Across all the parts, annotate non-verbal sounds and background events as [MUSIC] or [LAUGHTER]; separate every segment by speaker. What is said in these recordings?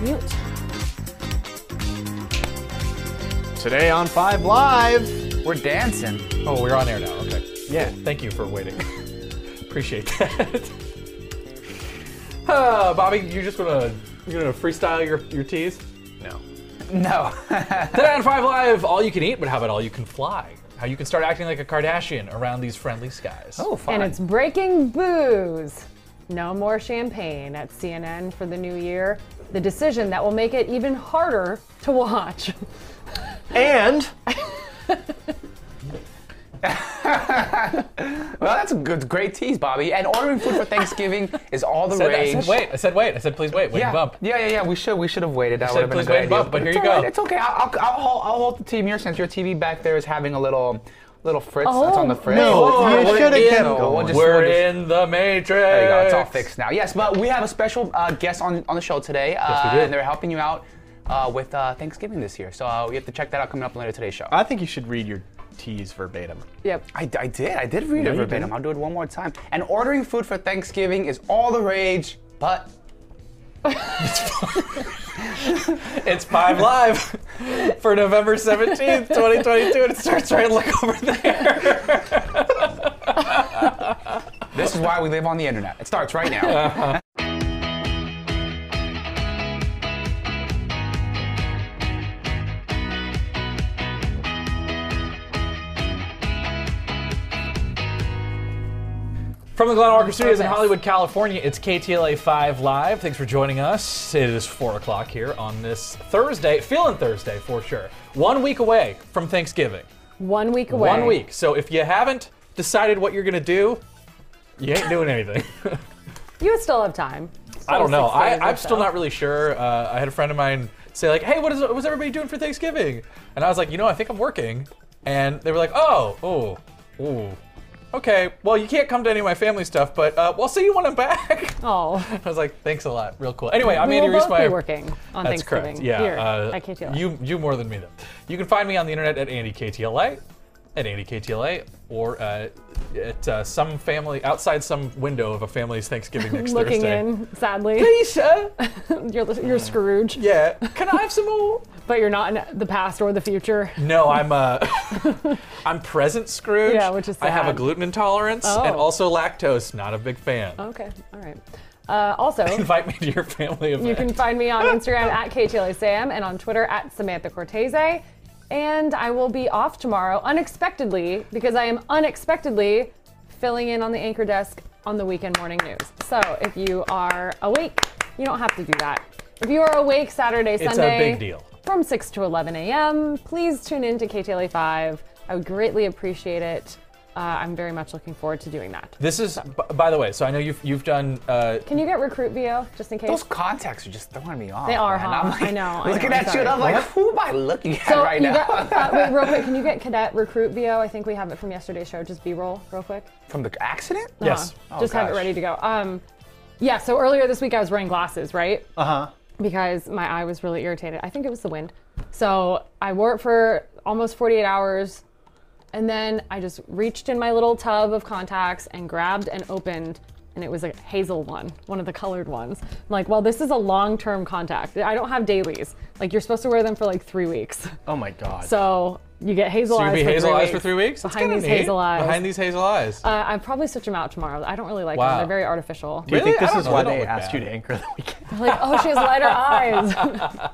Speaker 1: mute.
Speaker 2: Today on Five Live.
Speaker 3: We're dancing.
Speaker 4: Oh, we're on air now. Okay.
Speaker 2: Yeah.
Speaker 4: Thank you for waiting. [LAUGHS] Appreciate that. [LAUGHS] Ah, Bobby, you just gonna you're gonna freestyle your your teas.
Speaker 2: No.
Speaker 3: No.
Speaker 4: [LAUGHS] Today on Five Live, all you can eat, but how about all you can fly? How you can start acting like a Kardashian around these friendly skies.
Speaker 3: oh, fine.
Speaker 1: And it's breaking booze. No more champagne at CNN for the new year. The decision that will make it even harder to watch. [LAUGHS]
Speaker 2: And
Speaker 3: well, that's a good, great tease, Bobby. And ordering food
Speaker 4: [LAUGHS]
Speaker 3: for Thanksgiving is all the
Speaker 4: I said, I
Speaker 3: rage.
Speaker 4: said wait. I said wait. I said please wait. Wait
Speaker 3: Yeah.
Speaker 4: and bump.
Speaker 3: yeah, yeah, yeah. We should, we should have waited. That would
Speaker 4: said
Speaker 3: have been a
Speaker 4: please
Speaker 3: good
Speaker 4: wait and
Speaker 3: idea.
Speaker 4: bump, but here
Speaker 3: It's
Speaker 4: you
Speaker 3: all right,
Speaker 4: go.
Speaker 3: It's okay. I'll, I'll, I'll, hold, I'll hold the team here since your TV back there is having a little, little fritz that's
Speaker 1: Oh,
Speaker 3: on the fritz.
Speaker 2: no,
Speaker 3: We'll-
Speaker 2: you
Speaker 3: we'll-
Speaker 2: shoulda
Speaker 3: we'll-
Speaker 2: kept
Speaker 3: Oh, no,
Speaker 2: going.
Speaker 3: We'll just,
Speaker 4: We're
Speaker 3: we'll just-
Speaker 4: in the matrix.
Speaker 3: There you go. It's all fixed now. Yes, but we have a special uh, guest on, on the show today, uh,
Speaker 4: we do.
Speaker 3: and they're helping you out uh, with uh, Thanksgiving this year. So uh, we have to check that out coming up later today's show.
Speaker 2: I think you should read your teas verbatim.
Speaker 1: Yep.
Speaker 3: I, I did. I did read
Speaker 2: No,
Speaker 3: it
Speaker 2: you
Speaker 3: verbatim.
Speaker 2: didn't.
Speaker 3: I'll do it one more time. And ordering food for Thanksgiving is all the rage, but
Speaker 4: It's Five
Speaker 3: [LAUGHS]
Speaker 4: Live for November 17th, 2022, and it starts right look [LAUGHS] over there.
Speaker 3: this is why we live on the internet. It starts right now.
Speaker 4: From the Glen Walker Studios in
Speaker 1: purpose.
Speaker 4: Hollywood, California, it's KTLA 5 Live. Thanks for joining us. It is 4 o'clock here on this Thursday, feeling Thursday for sure. One week away from Thanksgiving.
Speaker 1: One week away.
Speaker 4: One week. So if you haven't decided what you're going to do, you ain't doing anything.
Speaker 1: You still have time.
Speaker 4: I don't
Speaker 1: Still
Speaker 4: know.
Speaker 1: six
Speaker 4: I,
Speaker 1: days or
Speaker 4: I'm still
Speaker 1: so.
Speaker 4: not really sure. Uh, I had a friend of mine say like, "Hey, what is what's everybody doing for Thanksgiving?" And I was like, "You know, I think I'm working." And they were like, "Oh, oh, ooh, okay. Well, you can't come to any of my family stuff, but uh, we'll see you when I'm back." [LAUGHS]
Speaker 1: Oh,
Speaker 4: I was like, "Thanks a lot, real cool." Anyway, I'm
Speaker 1: we
Speaker 4: Andy
Speaker 1: will both
Speaker 4: Reesmeyer.
Speaker 1: be working on
Speaker 4: That's
Speaker 1: Thanksgiving
Speaker 4: correct. Yeah.
Speaker 1: here
Speaker 4: uh,
Speaker 1: at KTLA.
Speaker 4: You you more than me though. You can find me on the internet at AndyKTLA, at AndyKTLA, or uh, at uh, some family outside some window of a family's Thanksgiving
Speaker 1: [LAUGHS]
Speaker 4: next
Speaker 1: Looking
Speaker 4: Thursday.
Speaker 1: in, sadly, [LAUGHS]
Speaker 4: Keisha,
Speaker 1: you're, you're Scrooge,
Speaker 4: yeah, can I have some more?
Speaker 1: but you're not in the past or the future.
Speaker 4: No, I'm uh, [LAUGHS] I'm present Scrooge.
Speaker 1: Yeah, which is
Speaker 4: I have a
Speaker 1: sad.
Speaker 4: gluten intolerance and
Speaker 1: Oh.
Speaker 4: also lactose. Not a big fan.
Speaker 1: Okay, all right. Uh, also,
Speaker 4: [LAUGHS] Invite me to your family event.
Speaker 1: You can find me on Instagram at KTLASAM and on Twitter at Samantha Cortese. And I will be off tomorrow unexpectedly because I am unexpectedly filling in on the anchor desk on the weekend morning news. So if you are awake, you don't have to do that. If you are awake Saturday,
Speaker 4: a
Speaker 1: Sunday,
Speaker 4: big deal.
Speaker 1: From 6 to 11 a.m., please tune in to KTLA 5. I would greatly appreciate it. Uh, I'm very much looking forward to doing that.
Speaker 4: This is, b- by the way. So I know you've you've done uh,
Speaker 1: Can you get recruit VO just in case?
Speaker 3: Those contacts are just throwing me off.
Speaker 1: They are,
Speaker 3: man.
Speaker 1: huh?
Speaker 3: I'm like,
Speaker 1: I know, I
Speaker 3: Looking
Speaker 1: know,
Speaker 3: at you, and I'm
Speaker 1: sorry.
Speaker 3: like, who am I looking at
Speaker 1: So
Speaker 3: right
Speaker 1: you
Speaker 3: now?
Speaker 1: got, uh, wait, real quick, can you
Speaker 3: [LAUGHS]
Speaker 1: get cadet recruit VO? I think we have it from yesterday's show. Just B-roll, real quick.
Speaker 3: From the accident?
Speaker 4: yes.
Speaker 1: Uh, just have it
Speaker 3: Oh, gosh.
Speaker 1: ready to go. Um, yeah. So earlier this week, I was wearing glasses, right? Uh
Speaker 3: Uh-huh.
Speaker 1: huh. Because my eye was really irritated. I think it was the wind. So I wore it for almost 48 hours, and then I just reached in my little tub of contacts and grabbed and opened. And it was a hazel one, one of the colored ones. I'm like, well, this is a long-term contact. I don't have dailies. Like, you're supposed to wear them for like three weeks.
Speaker 2: Oh my God.
Speaker 1: So you get hazel
Speaker 4: So
Speaker 1: eyes.
Speaker 4: you'll be
Speaker 1: for
Speaker 4: hazel
Speaker 1: three
Speaker 4: eyes
Speaker 1: weeks.
Speaker 4: for three weeks. That's
Speaker 1: Behind
Speaker 4: kinda
Speaker 1: these
Speaker 4: neat.
Speaker 1: hazel eyes.
Speaker 4: Behind these hazel eyes.
Speaker 1: uh, I probably switch them out tomorrow. I don't really like
Speaker 4: Wow.
Speaker 1: them. They're very artificial.
Speaker 2: Do you think
Speaker 4: Really? I
Speaker 2: this
Speaker 4: don't
Speaker 2: is
Speaker 4: know.
Speaker 2: why
Speaker 4: They don't
Speaker 2: they
Speaker 4: look
Speaker 2: asked
Speaker 4: bad.
Speaker 2: you to anchor the
Speaker 1: [LAUGHS]
Speaker 2: weekend?
Speaker 1: like, oh, she has lighter eyes. [LAUGHS]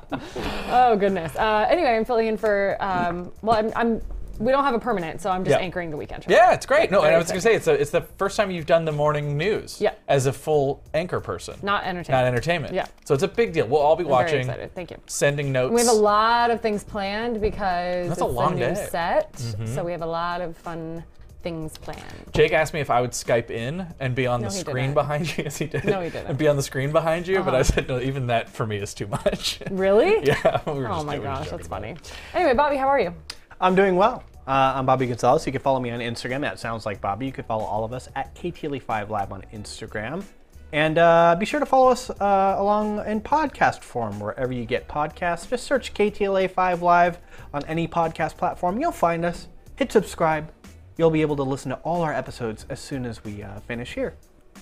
Speaker 1: oh goodness. Uh, anyway, I'm filling in for. Um, well, I'm, I'm. We don't have a permanent, so I'm just
Speaker 4: Yeah.
Speaker 1: anchoring the weekend. show.
Speaker 4: yeah, it's great. No, and I
Speaker 1: very
Speaker 4: was gonna say it's a, it's the first time you've done the morning news
Speaker 1: Yeah.
Speaker 4: as a full anchor person,
Speaker 1: Not entertaining.
Speaker 4: not entertainment.
Speaker 1: Yeah.
Speaker 4: So it's a big deal. We'll all be
Speaker 1: I'm very
Speaker 4: watching,
Speaker 1: excited. Thank you.
Speaker 4: sending notes.
Speaker 1: We have a lot of things planned because
Speaker 4: That's a
Speaker 1: it's
Speaker 4: long
Speaker 1: new
Speaker 4: day. Mm-hmm.
Speaker 1: set. So we have a lot of fun things planned.
Speaker 4: Jake asked me if I would Skype in and be on
Speaker 1: No,
Speaker 4: the
Speaker 1: he
Speaker 4: screen
Speaker 1: didn't.
Speaker 4: behind you. [LAUGHS] Yes, he did.
Speaker 1: No, he didn't. Uh-huh.
Speaker 4: And be on the screen behind you, but I said, no, even that for me is too much. [LAUGHS]
Speaker 1: Really?
Speaker 4: yeah. we were
Speaker 1: [LAUGHS] Oh
Speaker 4: just-
Speaker 1: my
Speaker 4: we were just
Speaker 1: gosh,
Speaker 4: joking
Speaker 1: that's
Speaker 4: about
Speaker 1: funny.
Speaker 4: it.
Speaker 1: Anyway, Bobby, how are you?
Speaker 2: I'm doing well. Uh, I'm Bobby Gonzalez. You can follow me on Instagram at Sounds Like Bobby. You can follow all of us at KTLE5 E Live on Instagram. And uh, be sure to follow us uh, along in podcast form wherever you get podcasts. Just search KTLA5 E Live on any podcast platform. You'll find us. Hit subscribe. You'll be able to listen to all our episodes as soon as we uh, finish here.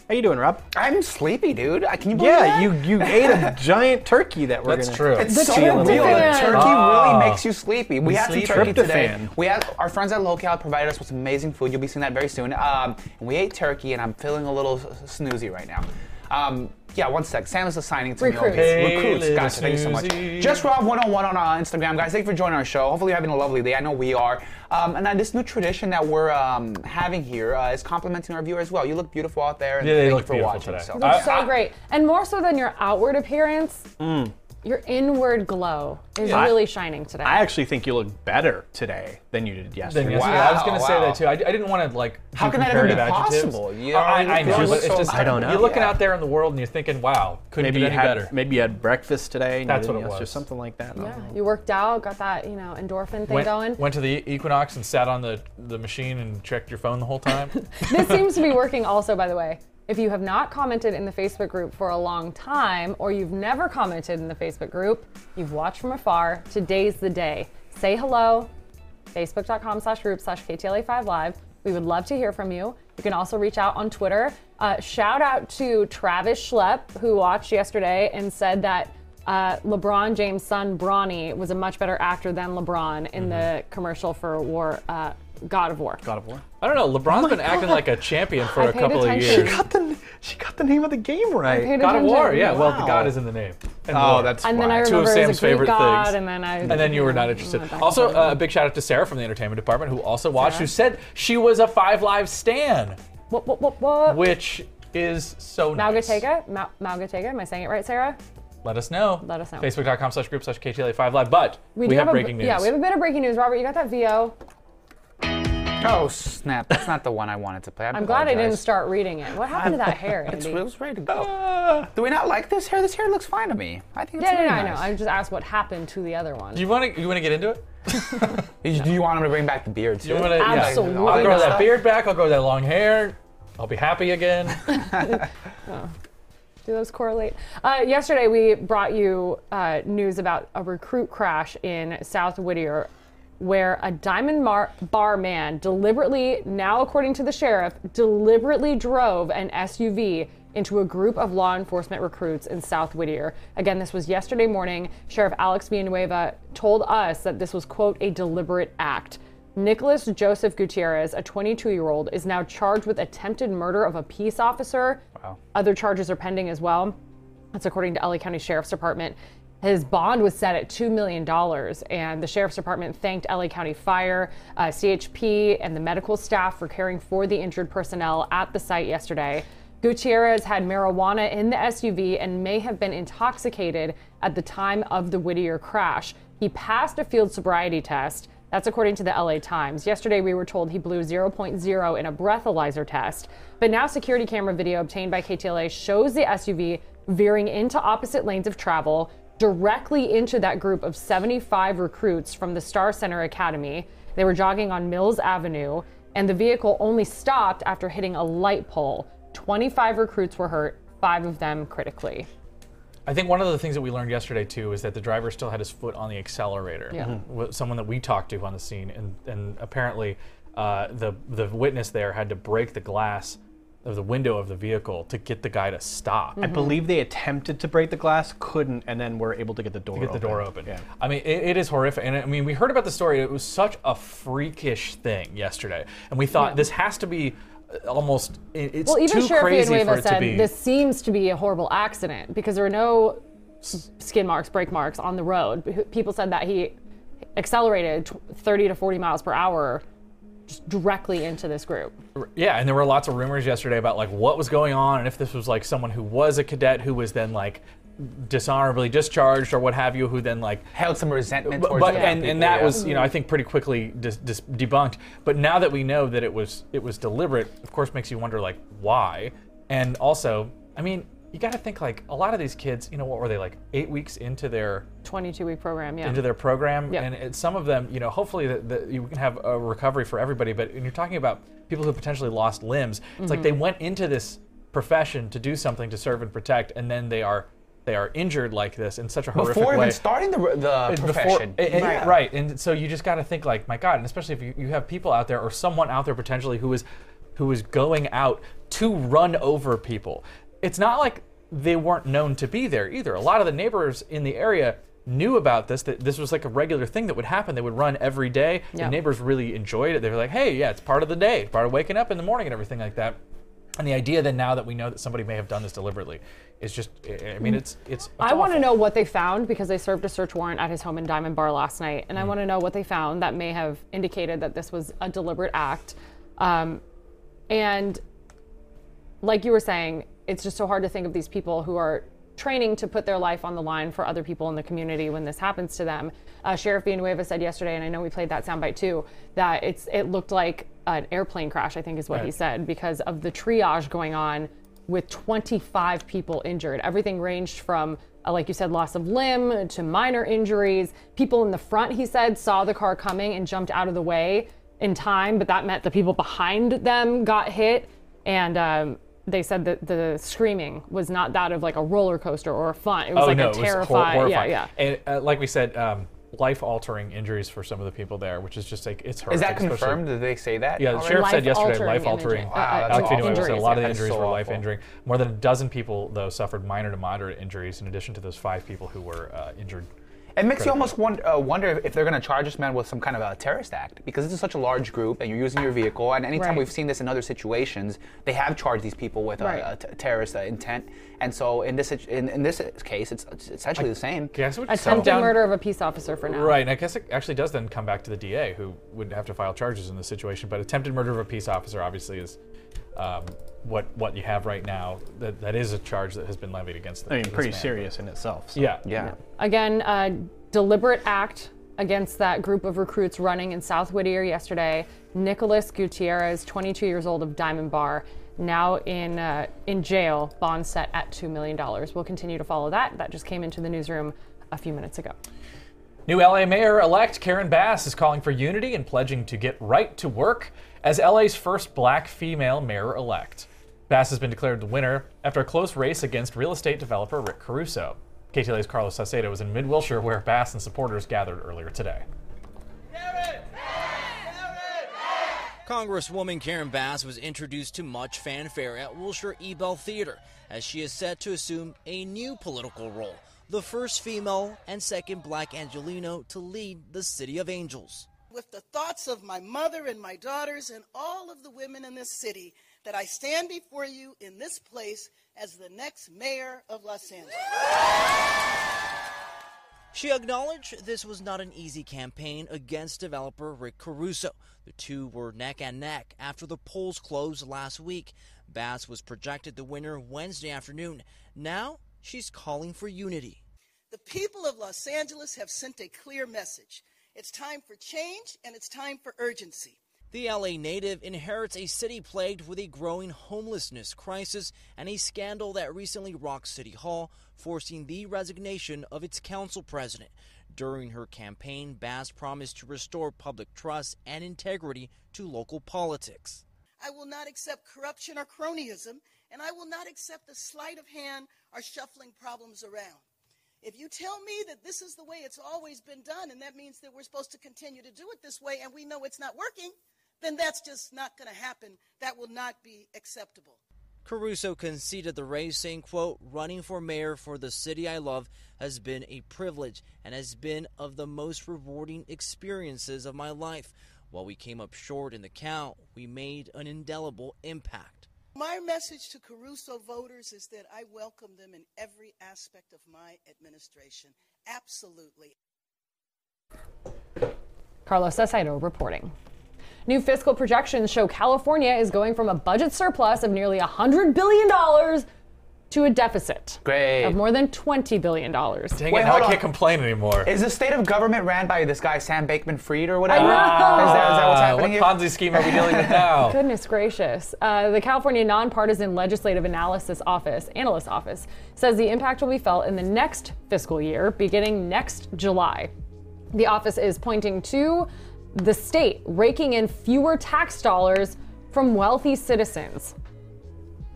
Speaker 2: How you doing, Rob?
Speaker 3: I'm sleepy, dude. I-
Speaker 1: Oh,
Speaker 3: Can you believe
Speaker 2: Yeah,
Speaker 3: that?
Speaker 2: you you
Speaker 1: [LAUGHS]
Speaker 2: ate a giant turkey that we're
Speaker 4: That's
Speaker 2: gonna-
Speaker 4: true.
Speaker 3: It's
Speaker 1: The
Speaker 3: so
Speaker 1: tryptophan.
Speaker 3: real. that Turkey
Speaker 4: Ah.
Speaker 3: really makes you sleepy. We had some
Speaker 4: sleep.
Speaker 3: turkey today.
Speaker 2: Tryptophan.
Speaker 3: We had our friends at Local provided us with some amazing food. You'll be seeing that very soon. Um, and we ate turkey, and I'm feeling a little s- snoozy right now. Um, yeah, one sec. Sam is assigning to
Speaker 1: Recruits.
Speaker 3: me.
Speaker 4: Hey,
Speaker 3: Recruits.
Speaker 4: little
Speaker 3: Gotcha. Thank you so much.
Speaker 4: snoozy.
Speaker 3: Just Rob 101 on uh, Instagram, guys. Thank you for joining our show. Hopefully, you're having a lovely day. I know we are. Um, and uh, this new tradition that we're um, having here uh, is complimenting our viewers as well. You look beautiful out there, and
Speaker 4: Yeah, they
Speaker 3: thank
Speaker 4: look
Speaker 3: you for
Speaker 4: beautiful
Speaker 3: watching.
Speaker 4: today.
Speaker 3: So.
Speaker 4: I- Mm.
Speaker 1: Looks so great. And more so than your outward appearance, your inward glow is
Speaker 2: I-
Speaker 1: really shining today.
Speaker 2: I actually think you look better today than you did yesterday.
Speaker 4: Then
Speaker 3: Wow,
Speaker 4: yesterday. I was gonna say
Speaker 3: wow.
Speaker 4: that too. I, I didn't want to like.
Speaker 3: How
Speaker 4: do
Speaker 3: can that ever be
Speaker 4: comparative adjectives.
Speaker 3: possible? You-
Speaker 4: I,
Speaker 3: you
Speaker 4: I know.
Speaker 3: feel
Speaker 4: But
Speaker 3: so
Speaker 4: it's just,
Speaker 2: I don't know.
Speaker 4: You're looking
Speaker 3: Yeah.
Speaker 4: out there in the world and you're thinking, wow, couldn't
Speaker 2: Maybe
Speaker 4: be
Speaker 2: you
Speaker 4: any
Speaker 2: had
Speaker 4: better.
Speaker 2: maybe you had breakfast today. And you
Speaker 4: That's what
Speaker 2: didn't
Speaker 4: it
Speaker 2: yesterday,
Speaker 4: was.
Speaker 2: something like that. I don't
Speaker 1: yeah,
Speaker 2: know.
Speaker 1: you worked out, got that you know endorphin thing
Speaker 4: Went,
Speaker 1: going.
Speaker 4: went to the Equinox and sat on the, the machine and checked your phone the
Speaker 1: [LAUGHS]
Speaker 4: whole time.
Speaker 1: this seems to be working also, by the way. If you have not commented in the Facebook group for a long time, or you've never commented in the Facebook group, you've watched from afar, today's the day. Say hello, facebook.com slash group slash KTLA5Live. We would love to hear from you. You can also reach out on Twitter. Uh, shout out to Travis Schlepp, who watched yesterday and said that uh, LeBron James' son, Bronny, was a much better actor than LeBron in the
Speaker 4: Mm-hmm.
Speaker 1: commercial for War, uh, God of War.
Speaker 2: God of War.
Speaker 4: I don't know. LeBron's been acting like a champion for
Speaker 1: Oh I
Speaker 4: a
Speaker 1: paid
Speaker 4: couple
Speaker 1: attention.
Speaker 4: of
Speaker 2: She
Speaker 1: [LAUGHS]
Speaker 4: years.
Speaker 2: got the she got the name of the game right.
Speaker 1: Paid
Speaker 4: God of
Speaker 1: attention.
Speaker 4: War, yeah. Well, the
Speaker 2: Wow.
Speaker 4: God is in the name. And
Speaker 2: Oh,
Speaker 4: war.
Speaker 2: that's
Speaker 1: And
Speaker 2: why.
Speaker 1: then I
Speaker 4: Two of
Speaker 1: remember it was
Speaker 4: Sam's
Speaker 1: a Greek
Speaker 4: favorite
Speaker 1: god,
Speaker 4: things.
Speaker 1: and then I.
Speaker 4: And then you were not interested. Also, uh, a big shout out to Sarah from the entertainment department who also watched, who said she was a Five Live Stan,
Speaker 1: what, what, what, what?
Speaker 4: which is so nice.
Speaker 1: Malgatega? Ma- Malgatega? Am I saying it right, Sarah?
Speaker 4: Let us know.
Speaker 1: Let us know.
Speaker 4: Facebook.com slash group slash KTLA5Live. But we,
Speaker 1: do
Speaker 4: have,
Speaker 1: a-
Speaker 4: breaking news.
Speaker 1: Yeah, we have a bit of breaking news. Robert, you got that VO.
Speaker 3: Oh snap! That's not the one I wanted to play. I
Speaker 1: I'm glad I
Speaker 4: Oh,
Speaker 1: didn't
Speaker 3: apologize.
Speaker 1: start reading it. What happened to that hair, Andy?
Speaker 3: It's, it was ready to go.
Speaker 4: Uh,
Speaker 3: Do we not like this hair? This hair looks fine to me. I think it's
Speaker 1: yeah, no,
Speaker 3: really
Speaker 1: no, I know.
Speaker 3: nice.
Speaker 1: I just asked what happened to the other one.
Speaker 4: do you want to you want to get into it?
Speaker 3: You- Do you want him to bring back the beard too?
Speaker 4: You wanna, yeah.
Speaker 1: Absolutely.
Speaker 4: I'll grow that
Speaker 3: Stuff.
Speaker 4: beard back. I'll grow that long hair. I'll be happy again.
Speaker 1: Do those correlate? Uh, yesterday, we brought you uh, news about a recruit crash in South Whittier where a diamond mar- bar man deliberately, now according to the sheriff, deliberately drove an SUV into a group of law enforcement recruits in South Whittier. Again, this was yesterday morning. Sheriff Alex Villanueva told us that this was, quote, a deliberate act. Nicholas Joseph Gutierrez, a 22 year old, is now charged with attempted murder of a peace officer.
Speaker 3: Wow.
Speaker 1: Other charges are pending as well. That's according to LA County Sheriff's Department. His bond was set at $2 million, and the Sheriff's Department thanked LA County Fire, uh, CHP, and the medical staff for caring for the injured personnel at the site yesterday. Gutierrez had marijuana in the SUV and may have been intoxicated at the time of the Whittier crash. He passed a field sobriety test. That's according to the LA Times. Yesterday, we were told he blew 0.0 in a breathalyzer test. But now, security camera video obtained by KTLA shows the SUV veering into opposite lanes of travel directly into that group of 75 recruits from the Star Center Academy. They were jogging on Mills Avenue, and the vehicle only stopped after hitting a light pole. 25 recruits were hurt, five of them critically.
Speaker 4: I think one of the things that we learned yesterday too is that the driver still had his foot on the accelerator.
Speaker 1: Yeah. Mhm.
Speaker 4: Wa- Someone that we talked to on the scene, and and apparently, uh, the the witness there had to break the glass of the window of the vehicle to get the guy to stop.
Speaker 1: Hmm. Mm-hmm.
Speaker 2: I believe they attempted to break the glass, couldn't, and then were able to get the door
Speaker 4: Get the door open.
Speaker 2: Yeah.
Speaker 4: I mean, it, it is horrific. And I mean, we heard about the story. It was such a freakish thing yesterday, and we thought this has to be uh, almost. It, it's
Speaker 1: Well, even
Speaker 4: too
Speaker 1: Sheriff
Speaker 4: crazy for
Speaker 1: Villanueva
Speaker 4: it to
Speaker 1: said
Speaker 4: be.
Speaker 1: this seems to be a horrible accident because there were no s- skin marks, brake marks on the road. P- People said that he accelerated tw- 30 to 40 miles per hour just directly into this group.
Speaker 4: Yeah, and there were lots of rumors yesterday about like what was going on and if this was like someone who was a cadet who was then like dishonorably discharged or what have you, who then like.
Speaker 3: Held some resentment
Speaker 4: But,
Speaker 3: towards
Speaker 4: but
Speaker 3: the
Speaker 4: and,
Speaker 3: people,
Speaker 4: and that
Speaker 3: yeah. Mm-hmm.
Speaker 4: was you know I think pretty quickly dis- dis- debunked. But now that we know that it was it was deliberate, of course, makes you wonder like why. And also, I mean, you got to think like a lot of these kids, you know, what were they like eight weeks into their
Speaker 1: 22 week program, yeah.
Speaker 4: into their program,
Speaker 1: Yeah.
Speaker 4: and it, some of them, you know, hopefully that that you can have a recovery for everybody. But when you're talking about people who potentially lost limbs, it's like they went into this profession to do something to serve and protect, and then they are they are injured like this in such a horrific
Speaker 3: before
Speaker 4: way.
Speaker 3: even starting the the
Speaker 4: Before-
Speaker 3: uh, profession.
Speaker 4: and- and-
Speaker 3: Yeah.
Speaker 4: right. and so you just got to think like, my God, and especially if you, you have people out there or someone out there potentially who is who is going out to run over people. It's not like they weren't known to be there either. A lot of the neighbors in the area knew about this that this was like a regular thing that would happen they would run every day
Speaker 1: Yeah.
Speaker 4: the neighbors really enjoyed it they were like hey yeah it's part of the day part of waking up in the morning and everything like that and the idea then now that we know that somebody may have done this deliberately is just eh, i I mean it's it's, it's
Speaker 1: Mm. I want to
Speaker 4: awful.
Speaker 1: know what they found because they served a search warrant at his home in Diamond Bar last night, and I
Speaker 4: Mm.
Speaker 1: want to know what they found that may have indicated that this was a deliberate act. Um, and like you were saying, it's just so hard to think of these people who are training to put their life on the line for other people in the community when this happens to them. Uh, Sheriff Villanueva said yesterday, and I know we played that soundbite too, that it's it looked like an airplane crash. I think is what he
Speaker 4: Right.
Speaker 1: said because of the triage going on with 25 people injured. Everything ranged from uh, like you said, loss of limb to minor injuries. People in the front, he said, saw the car coming and jumped out of the way in time, but that meant the people behind them got hit and um, they said that the screaming was not that of like a roller coaster or a fun. It was
Speaker 4: oh
Speaker 1: like
Speaker 4: no
Speaker 1: a
Speaker 4: it was hor-
Speaker 1: terrified. yeah,
Speaker 4: horrifying
Speaker 1: yeah.
Speaker 4: and uh, like we said um, life altering injuries for some of the people there which is just like it's horrific
Speaker 3: Is that
Speaker 4: especially-
Speaker 3: confirmed? Did they say that?
Speaker 4: Yeah, the
Speaker 3: already?
Speaker 4: sheriff said yesterday
Speaker 1: Life-altering
Speaker 4: life altering.
Speaker 1: injuries.
Speaker 3: Wow, that's
Speaker 4: Alec
Speaker 3: awful.
Speaker 4: Villanueva said a
Speaker 1: Injuries,
Speaker 4: lot of
Speaker 1: yeah.
Speaker 4: the
Speaker 3: That's
Speaker 4: injuries
Speaker 3: so
Speaker 4: were life
Speaker 3: awful.
Speaker 4: injuring. More than a dozen people though suffered minor to moderate injuries in addition to those five people who were uh, injured.
Speaker 3: It makes you almost wonder, uh, wonder if- if they're going to charge this man with some kind of a terrorist act because this is such a large group and you're using your vehicle. And anytime
Speaker 1: Right.
Speaker 3: we've seen this in other situations, they have charged these people with uh,
Speaker 1: Right.
Speaker 3: a, t- terrorist uh, intent. And so in this situ- in, in this case, it's, it's essentially the same.
Speaker 4: Guess what?
Speaker 1: Attempted murder of a peace officer for now.
Speaker 4: Right, and I guess it actually does then come back to the DA, who would have to file charges in this situation. But attempted murder of a peace officer obviously is um, what what you have right now. That that is a charge that has been levied against. The,
Speaker 2: I mean,
Speaker 4: this
Speaker 2: pretty
Speaker 4: man.
Speaker 2: serious in itself. so.
Speaker 4: Yeah,
Speaker 3: Yeah.
Speaker 1: Again, a deliberate act against that group of recruits running in South Whittier yesterday. Nicholas Gutierrez, 22 years old of Diamond Bar, now in uh, in jail, bond set at two million dollars. We'll continue to follow that. That just came into the newsroom a few minutes ago.
Speaker 4: New LA Mayor elect Karen Bass is calling for unity and pledging to get right to work as LA's first black female mayor elect. Bass has been declared the winner after a close race against real estate developer Rick Caruso. KTLA's Carlos Salcedo was in mid Wilshire where Bass and supporters gathered earlier today.
Speaker 5: Congresswoman Karen Bass was introduced to much fanfare at Wilshire Ebell Theater as she is set to assume a new political role, the first female and second black Angelino to lead the City of Angels.
Speaker 6: with the thoughts of my mother and my daughters and all of the women in this city that I stand before you in this place as the next mayor of Los Angeles.
Speaker 5: She acknowledged this was not an easy campaign against developer Rick Caruso. The two were neck and neck after the polls closed last week. Bass was projected the winner Wednesday afternoon. Now she's calling for unity.
Speaker 6: The people of Los Angeles have sent a clear message. It's time for change and it's time for urgency.
Speaker 5: The LA native inherits a city plagued with a growing homelessness crisis and a scandal that recently rocked City Hall, forcing the resignation of its council president. During her campaign, Bass promised to restore public trust and integrity to local politics.
Speaker 6: I will not accept corruption or cronyism, and I will not accept the sleight of hand or shuffling problems around. If you tell me that this is the way it's always been done, and that means that we're supposed to continue to do it this way, and we know it's not working, then that's just not going to happen. That will not be acceptable.
Speaker 5: Caruso conceded the race, saying, quote, running for mayor for the city I love has been a privilege and has been of the most rewarding experiences of my life. While we came up short in the count, we made an indelible impact.
Speaker 6: My message to Caruso voters is that I welcome them in every aspect of my administration. Absolutely.
Speaker 1: Carlos Sesaido reporting. New fiscal projections show California is going from a budget surplus of nearly $100 billion to a deficit
Speaker 3: Great.
Speaker 1: of more than $20 billion.
Speaker 4: Dang
Speaker 3: Wait,
Speaker 4: it, now I
Speaker 3: hold
Speaker 4: can't
Speaker 3: on.
Speaker 4: complain anymore.
Speaker 3: Is the state of government ran by this guy, Sam Bakeman Fried, or whatever?
Speaker 1: know.
Speaker 3: Is, that, is that what's
Speaker 4: Ah,
Speaker 3: happening here?
Speaker 4: what Ponzi scheme are we dealing
Speaker 3: [LAUGHS]
Speaker 4: with now?
Speaker 1: Goodness gracious. Uh, the California Nonpartisan Legislative Analysis Office, Analyst Office, says the impact will be felt in the next fiscal year, beginning next July. The office is pointing to the state raking in fewer tax dollars from wealthy citizens.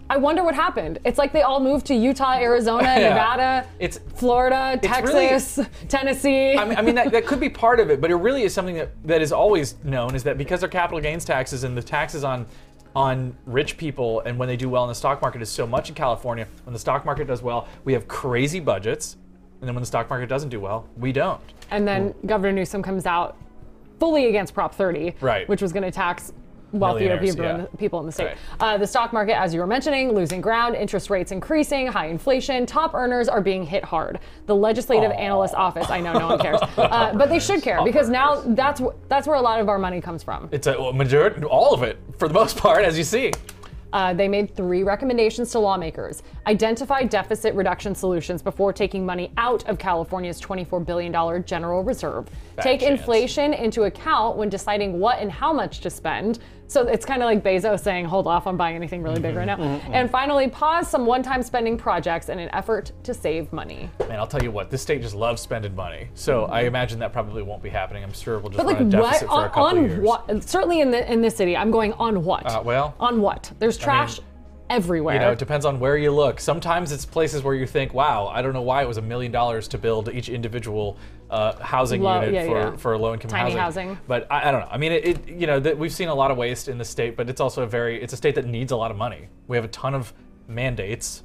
Speaker 1: I wonder what happened. It's like they all moved to Utah, Arizona,
Speaker 4: [LAUGHS] Yeah.
Speaker 1: Nevada,
Speaker 4: It's-
Speaker 1: Florida,
Speaker 4: really-
Speaker 1: Texas, [LAUGHS] Tennessee.
Speaker 4: I mean, I mean that, that could be part of it, but it really is something that, that is always known is that because their capital gains taxes and the taxes on on rich people and when they do well in the stock market is so much in California. When the stock market does well, we have crazy budgets. And then when the stock market doesn't do well, we don't.
Speaker 1: And then Governor Newsom comes out fully against Prop 30,
Speaker 4: Right.
Speaker 1: which was going to tax wealthier
Speaker 4: Millionaires,
Speaker 1: people, in
Speaker 4: yeah.
Speaker 1: the, people in the state.
Speaker 4: Right.
Speaker 1: Uh, the stock market, as you were mentioning, losing ground, interest rates increasing, high inflation, top earners are being hit hard. The legislative analyst office, I know no one
Speaker 4: [LAUGHS]
Speaker 1: cares, uh, but they should care because now that's wh- that's where a lot of our money comes from.
Speaker 4: It's a well, majority, all of it, for the most part, as you see.
Speaker 1: Uh, they made three recommendations to lawmakers identify deficit reduction solutions before taking money out of California's $24 billion general reserve, take
Speaker 4: chance.
Speaker 1: inflation into account when deciding what and how much to spend. So it's kind of like Bezos saying, hold off on buying anything really big right now.
Speaker 4: Mm-hmm.
Speaker 1: And finally, pause some one time spending projects in an effort to save money.
Speaker 4: Man, I'll tell you what, this state just loves spending money. So I imagine that probably won't be happening. I'm sure we'll just
Speaker 1: But like
Speaker 4: run a
Speaker 1: what
Speaker 4: deficit for
Speaker 1: on,
Speaker 4: a couple
Speaker 1: on
Speaker 4: years.
Speaker 1: what? Certainly in the in this city, I'm going on what?
Speaker 4: Uh, well,
Speaker 1: on what? There's trash everywhere.
Speaker 4: You know, it depends on where you look. Sometimes it's places where you think, wow, I don't know why it was a million dollars to build each individual uh, housing
Speaker 1: Low-
Speaker 4: unit
Speaker 1: yeah,
Speaker 4: for,
Speaker 1: yeah.
Speaker 4: for low income
Speaker 1: Tiny
Speaker 4: housing.
Speaker 1: housing.
Speaker 4: But I, I don't know. I mean, it, it you know, that we've seen a lot of waste in the state, but it's also a very, it's a state that needs a lot of money. We have a ton of mandates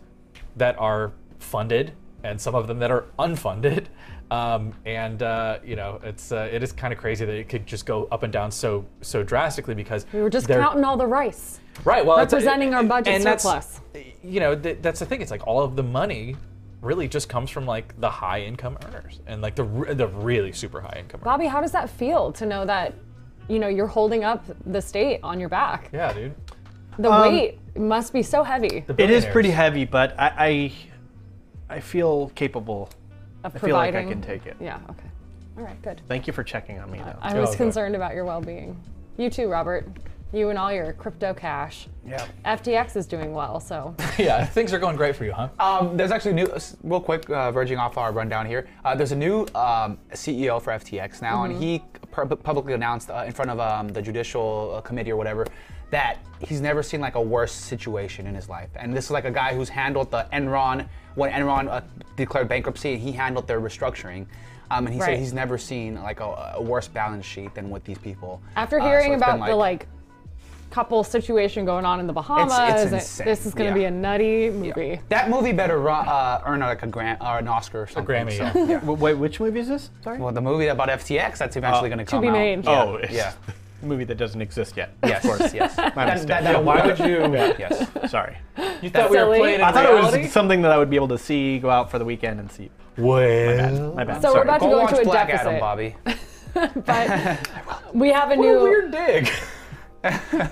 Speaker 4: that are funded and some of them that are unfunded. [LAUGHS] Um, and uh, you know, it's uh, it is kind of crazy that it could just go up and down so so drastically because
Speaker 1: we were just
Speaker 4: they're-
Speaker 1: counting all the rice.
Speaker 4: right well it's-
Speaker 1: representing our budget
Speaker 4: and that's-
Speaker 1: surplus.
Speaker 4: you know th- that's the thing it's like all of the money really just comes from like the high income earners and like the re- the really super high income earners.
Speaker 1: Bobby, how does that feel to know that, you know, you're holding up the state on your back?
Speaker 4: yeah dude
Speaker 1: The weight must be so heavy
Speaker 4: The
Speaker 2: It is
Speaker 4: billionaires.
Speaker 2: pretty heavy, but I, I, I feel capable.
Speaker 1: of
Speaker 2: I feel like I
Speaker 1: providing.
Speaker 2: can take it.
Speaker 1: Yeah. Uh, Okay. All right. Good.
Speaker 2: Thank you for checking on me, though.
Speaker 1: I was
Speaker 4: okay.
Speaker 1: concerned about your well-being. You too, Robert. You and all your crypto cash.
Speaker 2: yeah.
Speaker 1: FTX is doing well, so
Speaker 4: [LAUGHS] yeah things are going great for you huh
Speaker 3: Um, there's actually new, s- real quick, uh, verging off our rundown here. Uh, there's a new um, CEO for FTX now,
Speaker 1: Mm-hmm.
Speaker 3: and he pub- publicly announced uh, in front of um, the judicial uh, committee or whatever that he's never seen like a worse situation in his life. And this is like a guy who's handled the Enron when Enron uh, declared bankruptcy, he handled their restructuring. Um, and he
Speaker 1: Right.
Speaker 3: said he's never seen like a, a worse balance sheet than with these people.
Speaker 1: after
Speaker 3: Uh, so
Speaker 1: hearing
Speaker 3: it's
Speaker 1: about
Speaker 3: been,
Speaker 1: the like couple situation going on in the Bahamas, it-
Speaker 3: insane.
Speaker 1: this is going to
Speaker 3: Yeah.
Speaker 1: be a nutty movie.
Speaker 3: that movie better ru- uh, earn like a grant or an Oscar or something.
Speaker 4: Grammy,
Speaker 3: so,
Speaker 4: yeah.
Speaker 3: yeah.
Speaker 2: Wait, which movie is this? Sorry.
Speaker 3: Well, the movie about FTX that's eventually going to come
Speaker 1: be
Speaker 3: out.
Speaker 1: made.
Speaker 3: Yeah.
Speaker 2: Oh, it's
Speaker 3: yeah.
Speaker 2: [LAUGHS] a movie that doesn't exist yet.
Speaker 3: Yes, of
Speaker 2: [LAUGHS]
Speaker 3: course,
Speaker 1: [LAUGHS]
Speaker 3: yes.
Speaker 2: My
Speaker 3: That-
Speaker 2: mistake.
Speaker 3: that- that-
Speaker 4: why would you
Speaker 3: Yes.
Speaker 2: Sorry.
Speaker 4: you thought we were
Speaker 1: Silly.
Speaker 4: playing in
Speaker 2: I thought
Speaker 4: reality
Speaker 2: it was something that I would be able to see, go out for the weekend and see.
Speaker 4: well
Speaker 2: My bad.
Speaker 1: So we're
Speaker 2: Sorry.
Speaker 1: about to
Speaker 3: Go
Speaker 1: go
Speaker 3: watch
Speaker 1: into a
Speaker 3: Black
Speaker 1: deficit,
Speaker 3: Adam, Bobby.
Speaker 1: but we have a new [LAUGHS]
Speaker 4: weird dig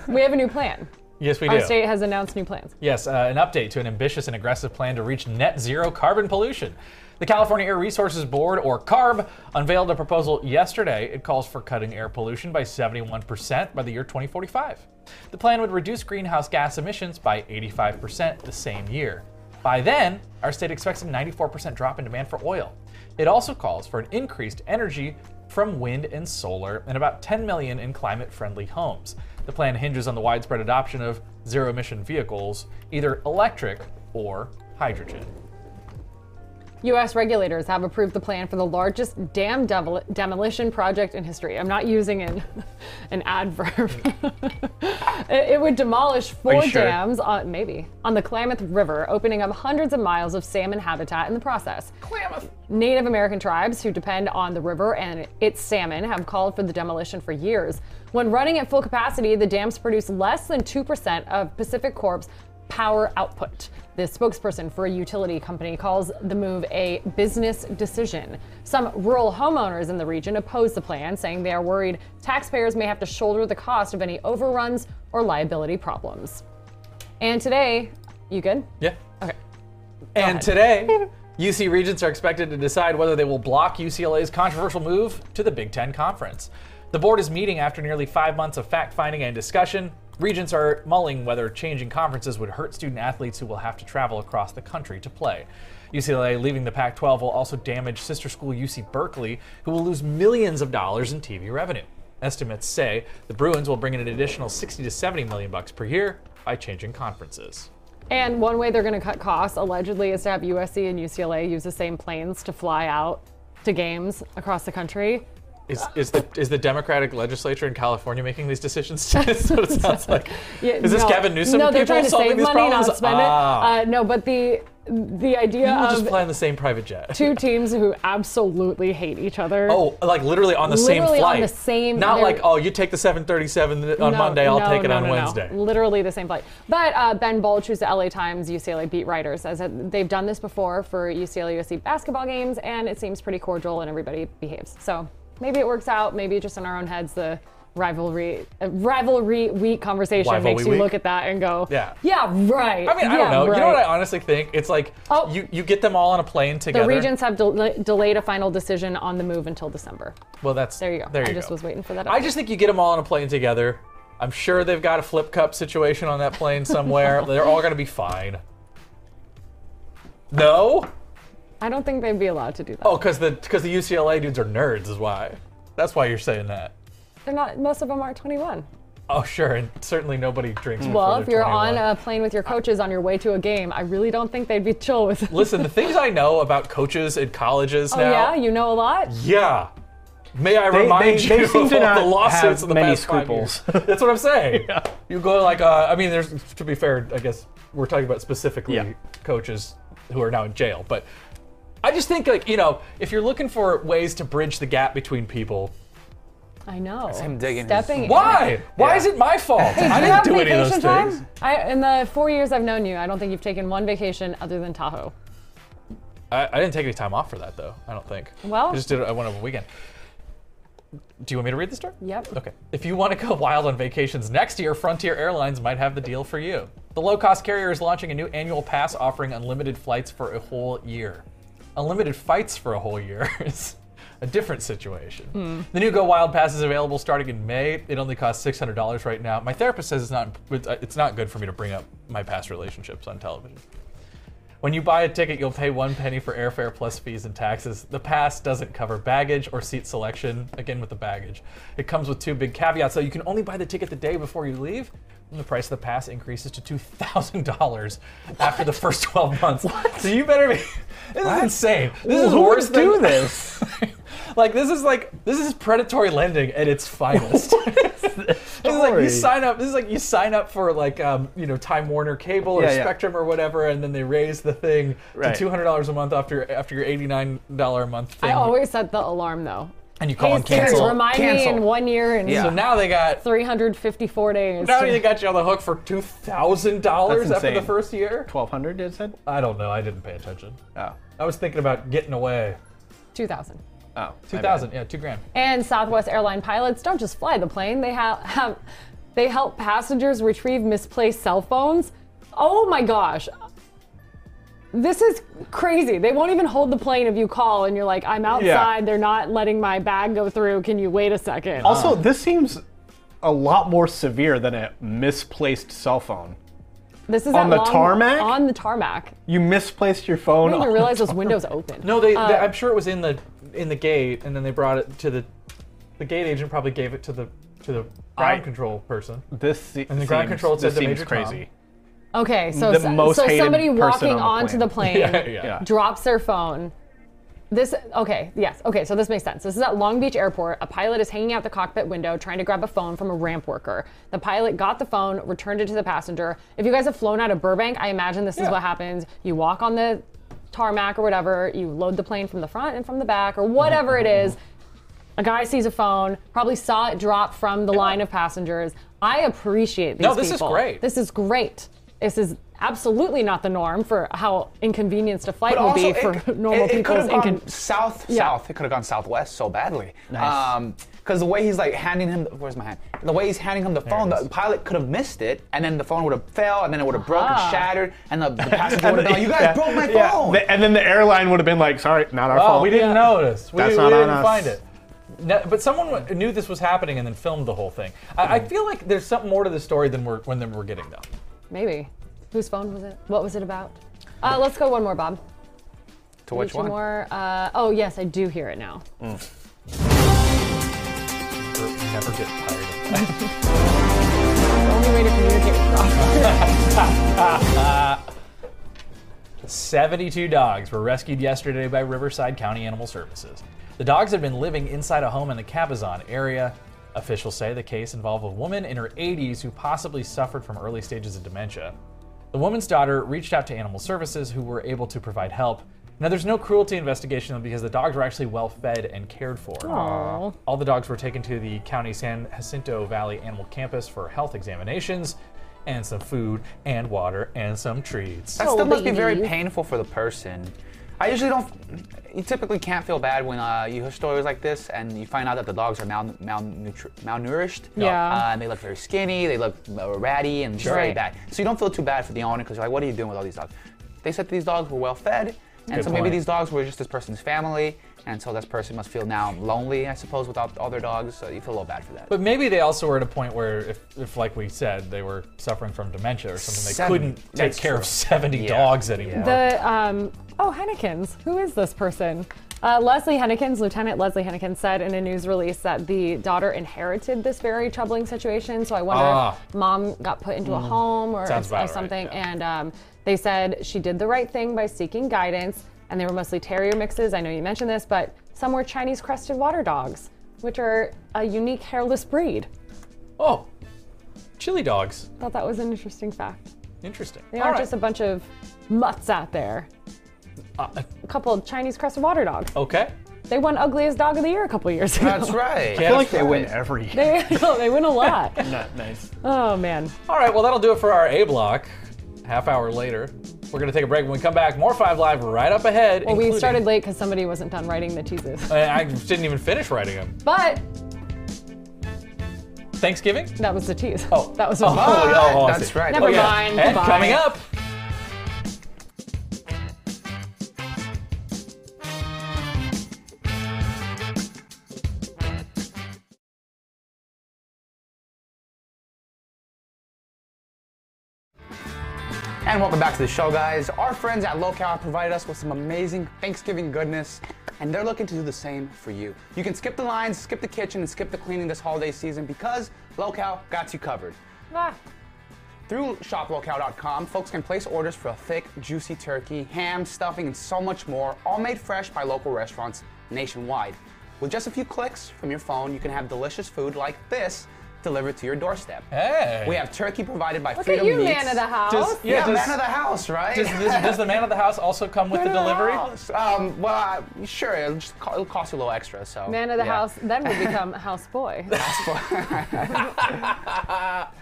Speaker 1: we have a new plan.
Speaker 4: yes we
Speaker 1: Our
Speaker 4: do
Speaker 1: state has announced new plans.
Speaker 4: Yes, uh, an update to an ambitious and aggressive plan to reach net zero carbon pollution. The California Air Resources Board, or CARB, unveiled a proposal yesterday. It calls for cutting air pollution by 71% by the year 2045. The plan would reduce greenhouse gas emissions by 85% the same year. By then, our state expects a 94% drop in demand for oil. It also calls for an increased energy from wind and solar and about 10 million in climate friendly homes. The plan hinges on the widespread adoption of zero emission vehicles, either electric or hydrogen.
Speaker 1: U.S. regulators have approved the plan for the largest dam devil- demolition project in history. I'm not using an, [LAUGHS] an adverb. [LAUGHS] it, it would demolish four
Speaker 2: you sure?
Speaker 1: dams, on, maybe, on the Klamath River, opening up hundreds of miles of salmon habitat in the process. Native American tribes who depend on the river and its salmon have called for the demolition for years. When running at full capacity, the dams produce less than 2% of Pacific Corp's power output. The spokesperson for a utility company calls the move a business decision. Some rural homeowners in the region oppose the plan, saying they are worried taxpayers may have to shoulder the cost of any overruns or liability problems. And today, you good?
Speaker 4: Yeah. Okay. And today, UC Regents are expected to decide whether they will block UCLA's controversial move to the Big Ten Conference. The board is meeting after nearly five months of fact finding and discussion. Regents are mulling whether changing conferences would hurt student athletes who will have to travel across the country to play. UCLA leaving the Pac 12 will also damage sister school UC Berkeley, who will lose millions of dollars in TV revenue. Estimates say the Bruins will bring in an additional 60 to 70 million bucks per year by changing conferences.
Speaker 1: And one way they're going to cut costs, allegedly, is to have USC and UCLA use the same planes to fly out to games across the country.
Speaker 4: Is, is the is the Democratic legislature in California making these decisions? [LAUGHS] That's what it sounds like.
Speaker 1: [LAUGHS] Yeah,
Speaker 4: is this
Speaker 1: no.
Speaker 4: Gavin Newsom
Speaker 1: No, they're
Speaker 4: people
Speaker 1: trying to
Speaker 4: solving
Speaker 1: save
Speaker 4: these
Speaker 1: money,
Speaker 4: problems?
Speaker 1: not spend
Speaker 4: Ah.
Speaker 1: it. Uh, um, no, but the the idea
Speaker 4: We'll
Speaker 1: of
Speaker 4: just fly in the same private jet.
Speaker 1: two teams who absolutely hate each other.
Speaker 4: Oh, like literally on the same
Speaker 1: Literally on
Speaker 4: flight.
Speaker 1: the same-
Speaker 4: Not
Speaker 1: they're-
Speaker 4: like oh, you take the 737 on
Speaker 1: No,
Speaker 4: Monday, I'll
Speaker 1: no,
Speaker 4: take it
Speaker 1: no,
Speaker 4: on
Speaker 1: no, no.
Speaker 4: Wednesday.
Speaker 1: Literally the same flight. But uh, Ben Bulge, who's the LA Times UCLA beat writer, says that they've done this before for UCLA USC basketball games, and it seems pretty cordial and everybody behaves. So maybe it works out. Maybe just in our own heads, the rivalry uh, rivalry week conversation
Speaker 4: Rivalry
Speaker 1: makes you
Speaker 4: week?
Speaker 1: look at that and go,
Speaker 4: Yeah.
Speaker 1: yeah, right.
Speaker 4: I mean, I
Speaker 1: yeah,
Speaker 4: don't know. You know
Speaker 1: right."
Speaker 4: what I honestly think? It's like
Speaker 1: Oh.
Speaker 4: you you get them all on a plane
Speaker 1: the
Speaker 4: together.
Speaker 1: regents have del- delayed a final decision on the move until December.
Speaker 4: Well, that's
Speaker 1: There you go.
Speaker 4: There you
Speaker 1: I just
Speaker 4: go.
Speaker 1: was waiting for that.
Speaker 4: I just think you get them all on a plane together. I'm sure they've got a flip cup situation on that
Speaker 1: [LAUGHS]
Speaker 4: plane somewhere. They're all gonna be fine. No?
Speaker 1: I don't think they'd be allowed to do that.
Speaker 4: Oh, because the because the UCLA dudes are nerds is why. That's why you're saying that.
Speaker 1: They're not. Most of them aren't 21.
Speaker 4: Oh, sure, and certainly nobody drinks. before
Speaker 1: Well,
Speaker 4: they're
Speaker 1: if you're on
Speaker 4: 21.
Speaker 1: a plane with your coaches on your way to a game, I really don't think they'd be chill with it.
Speaker 4: Listen, the things I know about coaches at
Speaker 1: [LAUGHS]
Speaker 4: colleges
Speaker 1: oh,
Speaker 4: now.
Speaker 1: yeah, you know a lot?
Speaker 4: Yeah. May I
Speaker 2: They-
Speaker 4: remind
Speaker 2: they- they
Speaker 4: you
Speaker 2: seem
Speaker 4: of
Speaker 2: to
Speaker 4: all
Speaker 2: not
Speaker 4: the lawsuits
Speaker 2: have
Speaker 4: of the
Speaker 2: many
Speaker 4: past five
Speaker 2: scruples.
Speaker 4: years. [LAUGHS] That's what
Speaker 2: [LAUGHS]
Speaker 4: I'm saying. You go like, uh, I mean, there's to be fair, I guess we're talking about specifically
Speaker 2: Yeah.
Speaker 4: coaches who are now in jail, but I just think like you know, if you're looking for ways to bridge the gap between people,
Speaker 1: I know.
Speaker 3: him digging his-
Speaker 1: Stepping in.
Speaker 4: why? Why is it
Speaker 2: [LAUGHS]
Speaker 4: my fault? I
Speaker 1: Do you
Speaker 4: didn't
Speaker 1: have
Speaker 4: do any
Speaker 1: vacation
Speaker 4: of those
Speaker 1: time?
Speaker 4: things.
Speaker 1: I, in the four years I've known you, I don't think you've taken one vacation other than Tahoe.
Speaker 4: I, I didn't take any time off for that though. I don't think.
Speaker 1: Well-
Speaker 4: I just did. it- I went over the weekend. Do you want me to read the story?
Speaker 1: Yep.
Speaker 4: Okay. If you want to go wild on vacations next year, Frontier Airlines might have the deal for you. The low-cost carrier is launching a new annual pass offering unlimited flights for a whole year. Unlimited fights for a whole year [LAUGHS] is a different situation.
Speaker 1: Hmm.
Speaker 4: The new Go Wild Pass is available starting in May. It only costs $600 right now. My therapist says it's not it's not good for me to bring up my past relationships on television. When you buy a ticket, you'll pay one penny for airfare plus fees and taxes. The pass doesn't cover baggage or seat selection. Again, with the baggage, it comes with two big caveats. So you can only buy the ticket the day before you leave, and the price of the pass increases to two thousand dollars after the first twelve
Speaker 2: [LAUGHS]
Speaker 4: months. So you better be. [LAUGHS] This is insane. This is
Speaker 2: Who would
Speaker 4: worse
Speaker 2: do
Speaker 4: than
Speaker 2: this?
Speaker 4: [LAUGHS] like this is like this is predatory lending at its
Speaker 2: [LAUGHS]
Speaker 4: finest. [LAUGHS] This is like
Speaker 2: story?
Speaker 4: you sign up. This is like you sign up for like um, you know Time Warner Cable or
Speaker 2: Yeah, yeah.
Speaker 4: Spectrum or whatever, and then they raise the thing
Speaker 2: Right.
Speaker 4: to two hundred dollars a month after after your eighty nine dollar a month thing,
Speaker 1: I always set the alarm, though.
Speaker 4: and you call
Speaker 1: hey,
Speaker 4: them
Speaker 1: Siri,
Speaker 4: cancel.
Speaker 1: remind
Speaker 3: Cancel.
Speaker 1: me in one year and
Speaker 4: So now they got
Speaker 1: 354 days.
Speaker 4: now
Speaker 1: to-
Speaker 4: they got you on the hook for two thousand dollars
Speaker 2: That's
Speaker 4: after the
Speaker 2: insane.
Speaker 4: first year.
Speaker 2: Twelve hundred, it said.
Speaker 4: I don't know. I didn't pay attention.
Speaker 2: Oh,
Speaker 4: I was thinking about getting away.
Speaker 1: 2,000.
Speaker 2: oh,
Speaker 4: Two thousand, yeah, two grand.
Speaker 1: And Southwest Airline pilots don't just fly the plane; they have, have they help passengers retrieve misplaced cell phones. Oh my gosh. This is crazy. They won't even hold the plane if you call and you're like, I'm outside, they're not letting my bag go through. Can you wait a second?
Speaker 2: Also, this seems a lot more severe than a misplaced cell phone.
Speaker 1: This is
Speaker 2: on
Speaker 1: that
Speaker 2: the
Speaker 1: long-
Speaker 2: tarmac?
Speaker 1: On the tarmac.
Speaker 2: You misplaced your phone.
Speaker 1: I didn't even
Speaker 2: on-
Speaker 1: realize those windows open.
Speaker 4: No, they, they. I'm sure it was in the in the gate, and then they brought it to the. The gate agent probably gave it to the to the ground
Speaker 2: Right.
Speaker 4: control person.
Speaker 2: This se-
Speaker 4: And the ground
Speaker 2: seems-
Speaker 4: control said
Speaker 2: this
Speaker 4: to
Speaker 2: seems
Speaker 4: Major Tom.
Speaker 2: crazy.
Speaker 1: Okay, so
Speaker 2: The
Speaker 1: so,
Speaker 2: most
Speaker 1: so
Speaker 2: hated
Speaker 1: somebody
Speaker 2: person
Speaker 1: walking
Speaker 2: on the
Speaker 1: onto the plane
Speaker 2: [LAUGHS] [LAUGHS]
Speaker 4: [LAUGHS]
Speaker 2: Yeah.
Speaker 1: drops their phone. This okay, yes. Okay, so this makes sense. This is at Long Beach Airport. A pilot is hanging out the cockpit window trying to grab a phone from a ramp worker. The pilot got the phone, returned it to the passenger. If you guys have flown out of Burbank, I imagine this is
Speaker 4: Yeah.
Speaker 1: what happens. You walk on the tarmac or whatever, you load the plane from the front and from the back or whatever it is. A guy sees a phone, probably saw it drop from the line of passengers. I appreciate these
Speaker 4: No, this is
Speaker 1: people.
Speaker 4: great.
Speaker 1: This is great. This is absolutely not the norm for how inconvenienced a flight
Speaker 3: But
Speaker 1: will
Speaker 3: also,
Speaker 1: be
Speaker 3: it-
Speaker 1: for [LAUGHS]
Speaker 3: it-
Speaker 1: normal
Speaker 3: it, could
Speaker 1: people's
Speaker 3: have gone
Speaker 1: incon-
Speaker 3: south,
Speaker 1: Yeah.
Speaker 3: south. It could have gone southwest so badly. Nice. because the way he's like handing him, where's my hand? The way he's handing him the phone, the pilot could have missed it, and then the phone would have fell, and then it would have broken,
Speaker 1: Ah.
Speaker 3: shattered, and the, the passenger would have gone, "You guys
Speaker 2: Yeah,
Speaker 3: broke my
Speaker 2: yeah.
Speaker 3: phone."
Speaker 2: The- and then the airline would have been like, "Sorry, not our
Speaker 4: Oh,
Speaker 2: fault."
Speaker 4: we didn't
Speaker 1: Yeah.
Speaker 4: notice. We,
Speaker 2: That's
Speaker 4: we
Speaker 2: not on
Speaker 4: didn't
Speaker 2: us.
Speaker 4: find it. No, but someone w- knew this was happening and then filmed the whole thing. I,
Speaker 2: Hmm.
Speaker 4: I feel like there's something more to the story than we're when than we're getting though.
Speaker 1: Maybe. Whose phone was it? What was it about? Uh, let's go one more, Bob.
Speaker 3: to which
Speaker 1: Two
Speaker 3: one?
Speaker 1: more. Uh, oh yes, I do hear it now.
Speaker 4: We're never get tired. of that.
Speaker 1: The only way to communicate with Rob.
Speaker 4: Seventy-two dogs were rescued yesterday by Riverside County Animal Services. The dogs had been living inside a home in the Cabazon area. Officials say the case involved a woman in her 80s who possibly suffered from early stages of dementia. The woman's daughter reached out to animal services, who were able to provide help. Now, there's no cruelty investigation because the dogs were actually well fed and cared for. All the dogs were taken to the county San Jacinto Valley Animal Campus for health examinations, and some food and water and some treats.
Speaker 3: That stuff must be very
Speaker 1: ladies.
Speaker 3: painful for the person. I usually don't. You typically can't feel bad when uh, you hear stories like this, and you find out that the dogs are mal- malnutri- malnourished.
Speaker 1: Yeah.
Speaker 3: Uh, and they look very skinny. They look uh, ratty and just very
Speaker 1: Right.
Speaker 3: bad. So you don't feel too bad for the owner because you're like, what are you doing with all these dogs? They said these dogs were well fed, and so maybe
Speaker 4: point.
Speaker 3: these dogs were just this person's family, and so this person must feel now lonely, I suppose, without all their dogs. So you feel a little bad for that.
Speaker 4: But maybe they also were at a point where, if, if like we said, they were suffering from dementia or something, they
Speaker 3: Seven-
Speaker 4: couldn't take
Speaker 3: that's
Speaker 4: care of
Speaker 3: true.
Speaker 4: 70
Speaker 3: Yeah.
Speaker 4: dogs anymore.
Speaker 1: The um, oh Hennekins, who is this person? Uh, Leslie Hennekins, Lieutenant Leslie Hennekins, said in a news release that the daughter inherited this very troubling situation. So I wonder
Speaker 4: Ah. Hmm.
Speaker 1: if mom got put into a home or,
Speaker 4: Sounds about
Speaker 1: or
Speaker 4: right,
Speaker 1: something.
Speaker 4: yeah.
Speaker 1: And um, they said she did the right thing by seeking guidance. And they were mostly terrier mixes. I know you mentioned this, but some were Chinese crested water dogs, which are a unique hairless breed.
Speaker 4: Oh, chili dogs.
Speaker 1: Thought that was an interesting fact.
Speaker 4: Interesting.
Speaker 1: They
Speaker 4: All
Speaker 1: aren't
Speaker 4: right.
Speaker 1: just a bunch of mutts out there.
Speaker 4: Uh,
Speaker 1: A couple of Chinese crested water dogs.
Speaker 4: okay.
Speaker 1: They won Ugliest Dog of the Year a couple years ago. [LAUGHS]
Speaker 3: That's
Speaker 2: I
Speaker 3: right.
Speaker 2: feel like
Speaker 4: That's
Speaker 2: they win
Speaker 4: right.
Speaker 2: every.
Speaker 1: they, [LAUGHS] they win a
Speaker 4: [LAUGHS]
Speaker 1: lot.
Speaker 2: Not nice.
Speaker 1: oh, man.
Speaker 4: All right, well, that'll do it for our A block. Half hour later, we're going to take a break. When we come back, more 5 Live right up ahead.
Speaker 1: Well, Oh, we
Speaker 4: including- Uh,
Speaker 1: started late because somebody wasn't done writing the teases.
Speaker 4: I I didn't even finish writing them.
Speaker 1: But
Speaker 4: Thanksgiving?
Speaker 1: that was the tease.
Speaker 4: Oh.
Speaker 1: that was
Speaker 4: Oh,
Speaker 1: a
Speaker 4: [LAUGHS] oh, oh, I
Speaker 3: That's
Speaker 4: see.
Speaker 3: right.
Speaker 1: Never
Speaker 3: Oh, yeah.
Speaker 1: mind.
Speaker 4: And
Speaker 1: Bye.
Speaker 4: coming up.
Speaker 3: And welcome back to the show, guys. Our friends at Locale provided us with some amazing Thanksgiving goodness, and they're looking to do the same for you. You can skip the lines, skip the kitchen, and skip the cleaning this holiday season because Locale got you covered.
Speaker 1: Ah,
Speaker 3: Through shoplocale.com, folks can place orders for a thick, juicy turkey, ham, stuffing, and so much more, all made fresh by local restaurants nationwide. With just a few clicks from your phone, you can have delicious food like this delivered to your doorstep.
Speaker 4: Hey.
Speaker 3: We have turkey provided by
Speaker 1: look at
Speaker 3: Freedom
Speaker 1: you,
Speaker 3: Meats.
Speaker 1: man of the house.
Speaker 4: Does-
Speaker 3: Yeah,
Speaker 4: Yeah, does-
Speaker 3: man of the house, right?
Speaker 4: Does, does- does the man of the house also come with the delivery?
Speaker 3: Um, well, I- sure. It'll just co- it'll cost you a little extra. So
Speaker 1: man of the
Speaker 3: yeah.
Speaker 1: house then
Speaker 4: [LAUGHS]
Speaker 1: would become house boy.
Speaker 4: Um,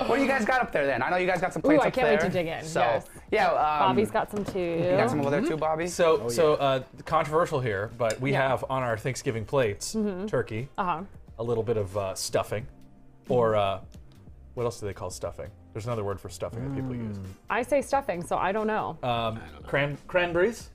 Speaker 3: What do you guys got up there then? I know you guys got some plates
Speaker 1: I
Speaker 3: up
Speaker 1: can't wait
Speaker 3: there,
Speaker 1: to dig in,
Speaker 3: So
Speaker 1: yes.
Speaker 3: yeah, um,
Speaker 1: Bobby's got some too.
Speaker 3: You got some over there
Speaker 2: Mm-hmm.
Speaker 3: too, Bobby.
Speaker 4: So, so uh, controversial here, but we have on our Thanksgiving plates turkey,
Speaker 1: Uh-huh.
Speaker 4: a little bit of uh, stuffing, or uh, what else do they call stuffing? There's another word for stuffing that people use.
Speaker 1: I say stuffing, so I don't know.
Speaker 4: Um, cran- cranberries,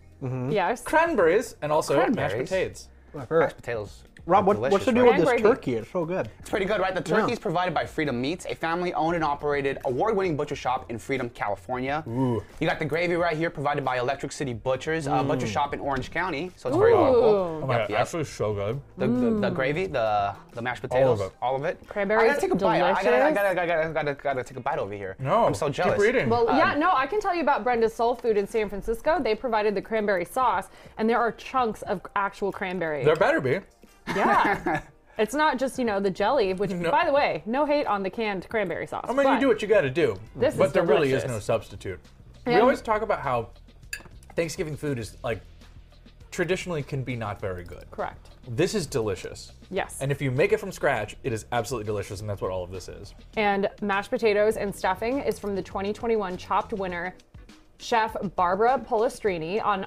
Speaker 1: yes.
Speaker 4: cranberries, and also mashed
Speaker 3: Cranberries?
Speaker 4: potatoes.
Speaker 3: mashed potatoes.
Speaker 2: Rob,
Speaker 3: are
Speaker 2: what, what's the
Speaker 3: delicious,
Speaker 2: deal with
Speaker 3: right?
Speaker 2: this
Speaker 1: Cranberry.
Speaker 2: turkey? It's so good.
Speaker 3: It's pretty good, right? The turkey is provided by Freedom Meats, a family-owned and operated award-winning butcher shop in Freedom, California. You got the gravy right here, provided by Electric City Butchers, a butcher
Speaker 2: Mm.
Speaker 3: shop in Orange County, so it's very local.
Speaker 4: Oh my god,
Speaker 3: yep.
Speaker 4: actually so good.
Speaker 3: The, the,
Speaker 1: Hmm.
Speaker 3: the gravy, the the mashed potatoes,
Speaker 4: it.
Speaker 3: all of it.
Speaker 1: Cranberries,
Speaker 3: I gotta take a bite. I gotta, I
Speaker 1: delicious.
Speaker 3: gotta, I gotta, I gotta, gotta take a bite over here.
Speaker 4: No,
Speaker 3: I'm so jealous.
Speaker 4: Keep reading.
Speaker 1: Well, yeah, no, I can tell you about Brenda's Soul Food in San Francisco. They provided the cranberry sauce, and there are chunks of actual cranberry.
Speaker 4: there better be. [LAUGHS]
Speaker 1: Yeah. it's not just, you know, the jelly, which, by the way, no hate on the canned cranberry sauce.
Speaker 4: I mean, Oh, you do what you got to do,
Speaker 1: This
Speaker 4: but
Speaker 1: is
Speaker 4: there really is
Speaker 1: delicious.
Speaker 4: no substitute. We
Speaker 1: And-
Speaker 4: always talk about how Thanksgiving food is like traditionally can be not very good.
Speaker 1: Correct.
Speaker 4: This is delicious.
Speaker 1: Yes.
Speaker 4: And if you make it from scratch, it is absolutely delicious, and that's what all of this is.
Speaker 1: And mashed potatoes and stuffing is from the 2021 Chopped winner, Chef Barbara Polistrini. On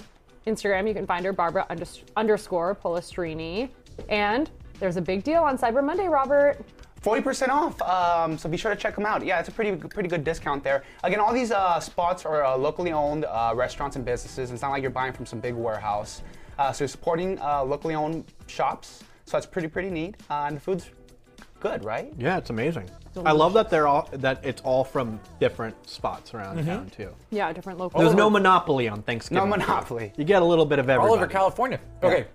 Speaker 1: Instagram, you can find her, Barbara unders- underscore Polistrini. And there's a big deal on Cyber Monday, Robert.
Speaker 3: Forty percent off. Um, so be sure to check them out. Yeah, it's a pretty pretty good discount there. Again, all these uh, spots are uh, locally owned uh, restaurants and businesses. It's not like you're buying from some big warehouse. Uh, so you're supporting uh, locally owned shops. So that's pretty pretty neat. Uh, and the food's good, right?
Speaker 2: Yeah, it's amazing. I love that they're all that it's all from different spots around town too.
Speaker 1: Yeah, different local.
Speaker 2: There's no monopoly on Thanksgiving.
Speaker 3: No monopoly.
Speaker 2: You get a little bit of everything.
Speaker 4: All over California. Okay.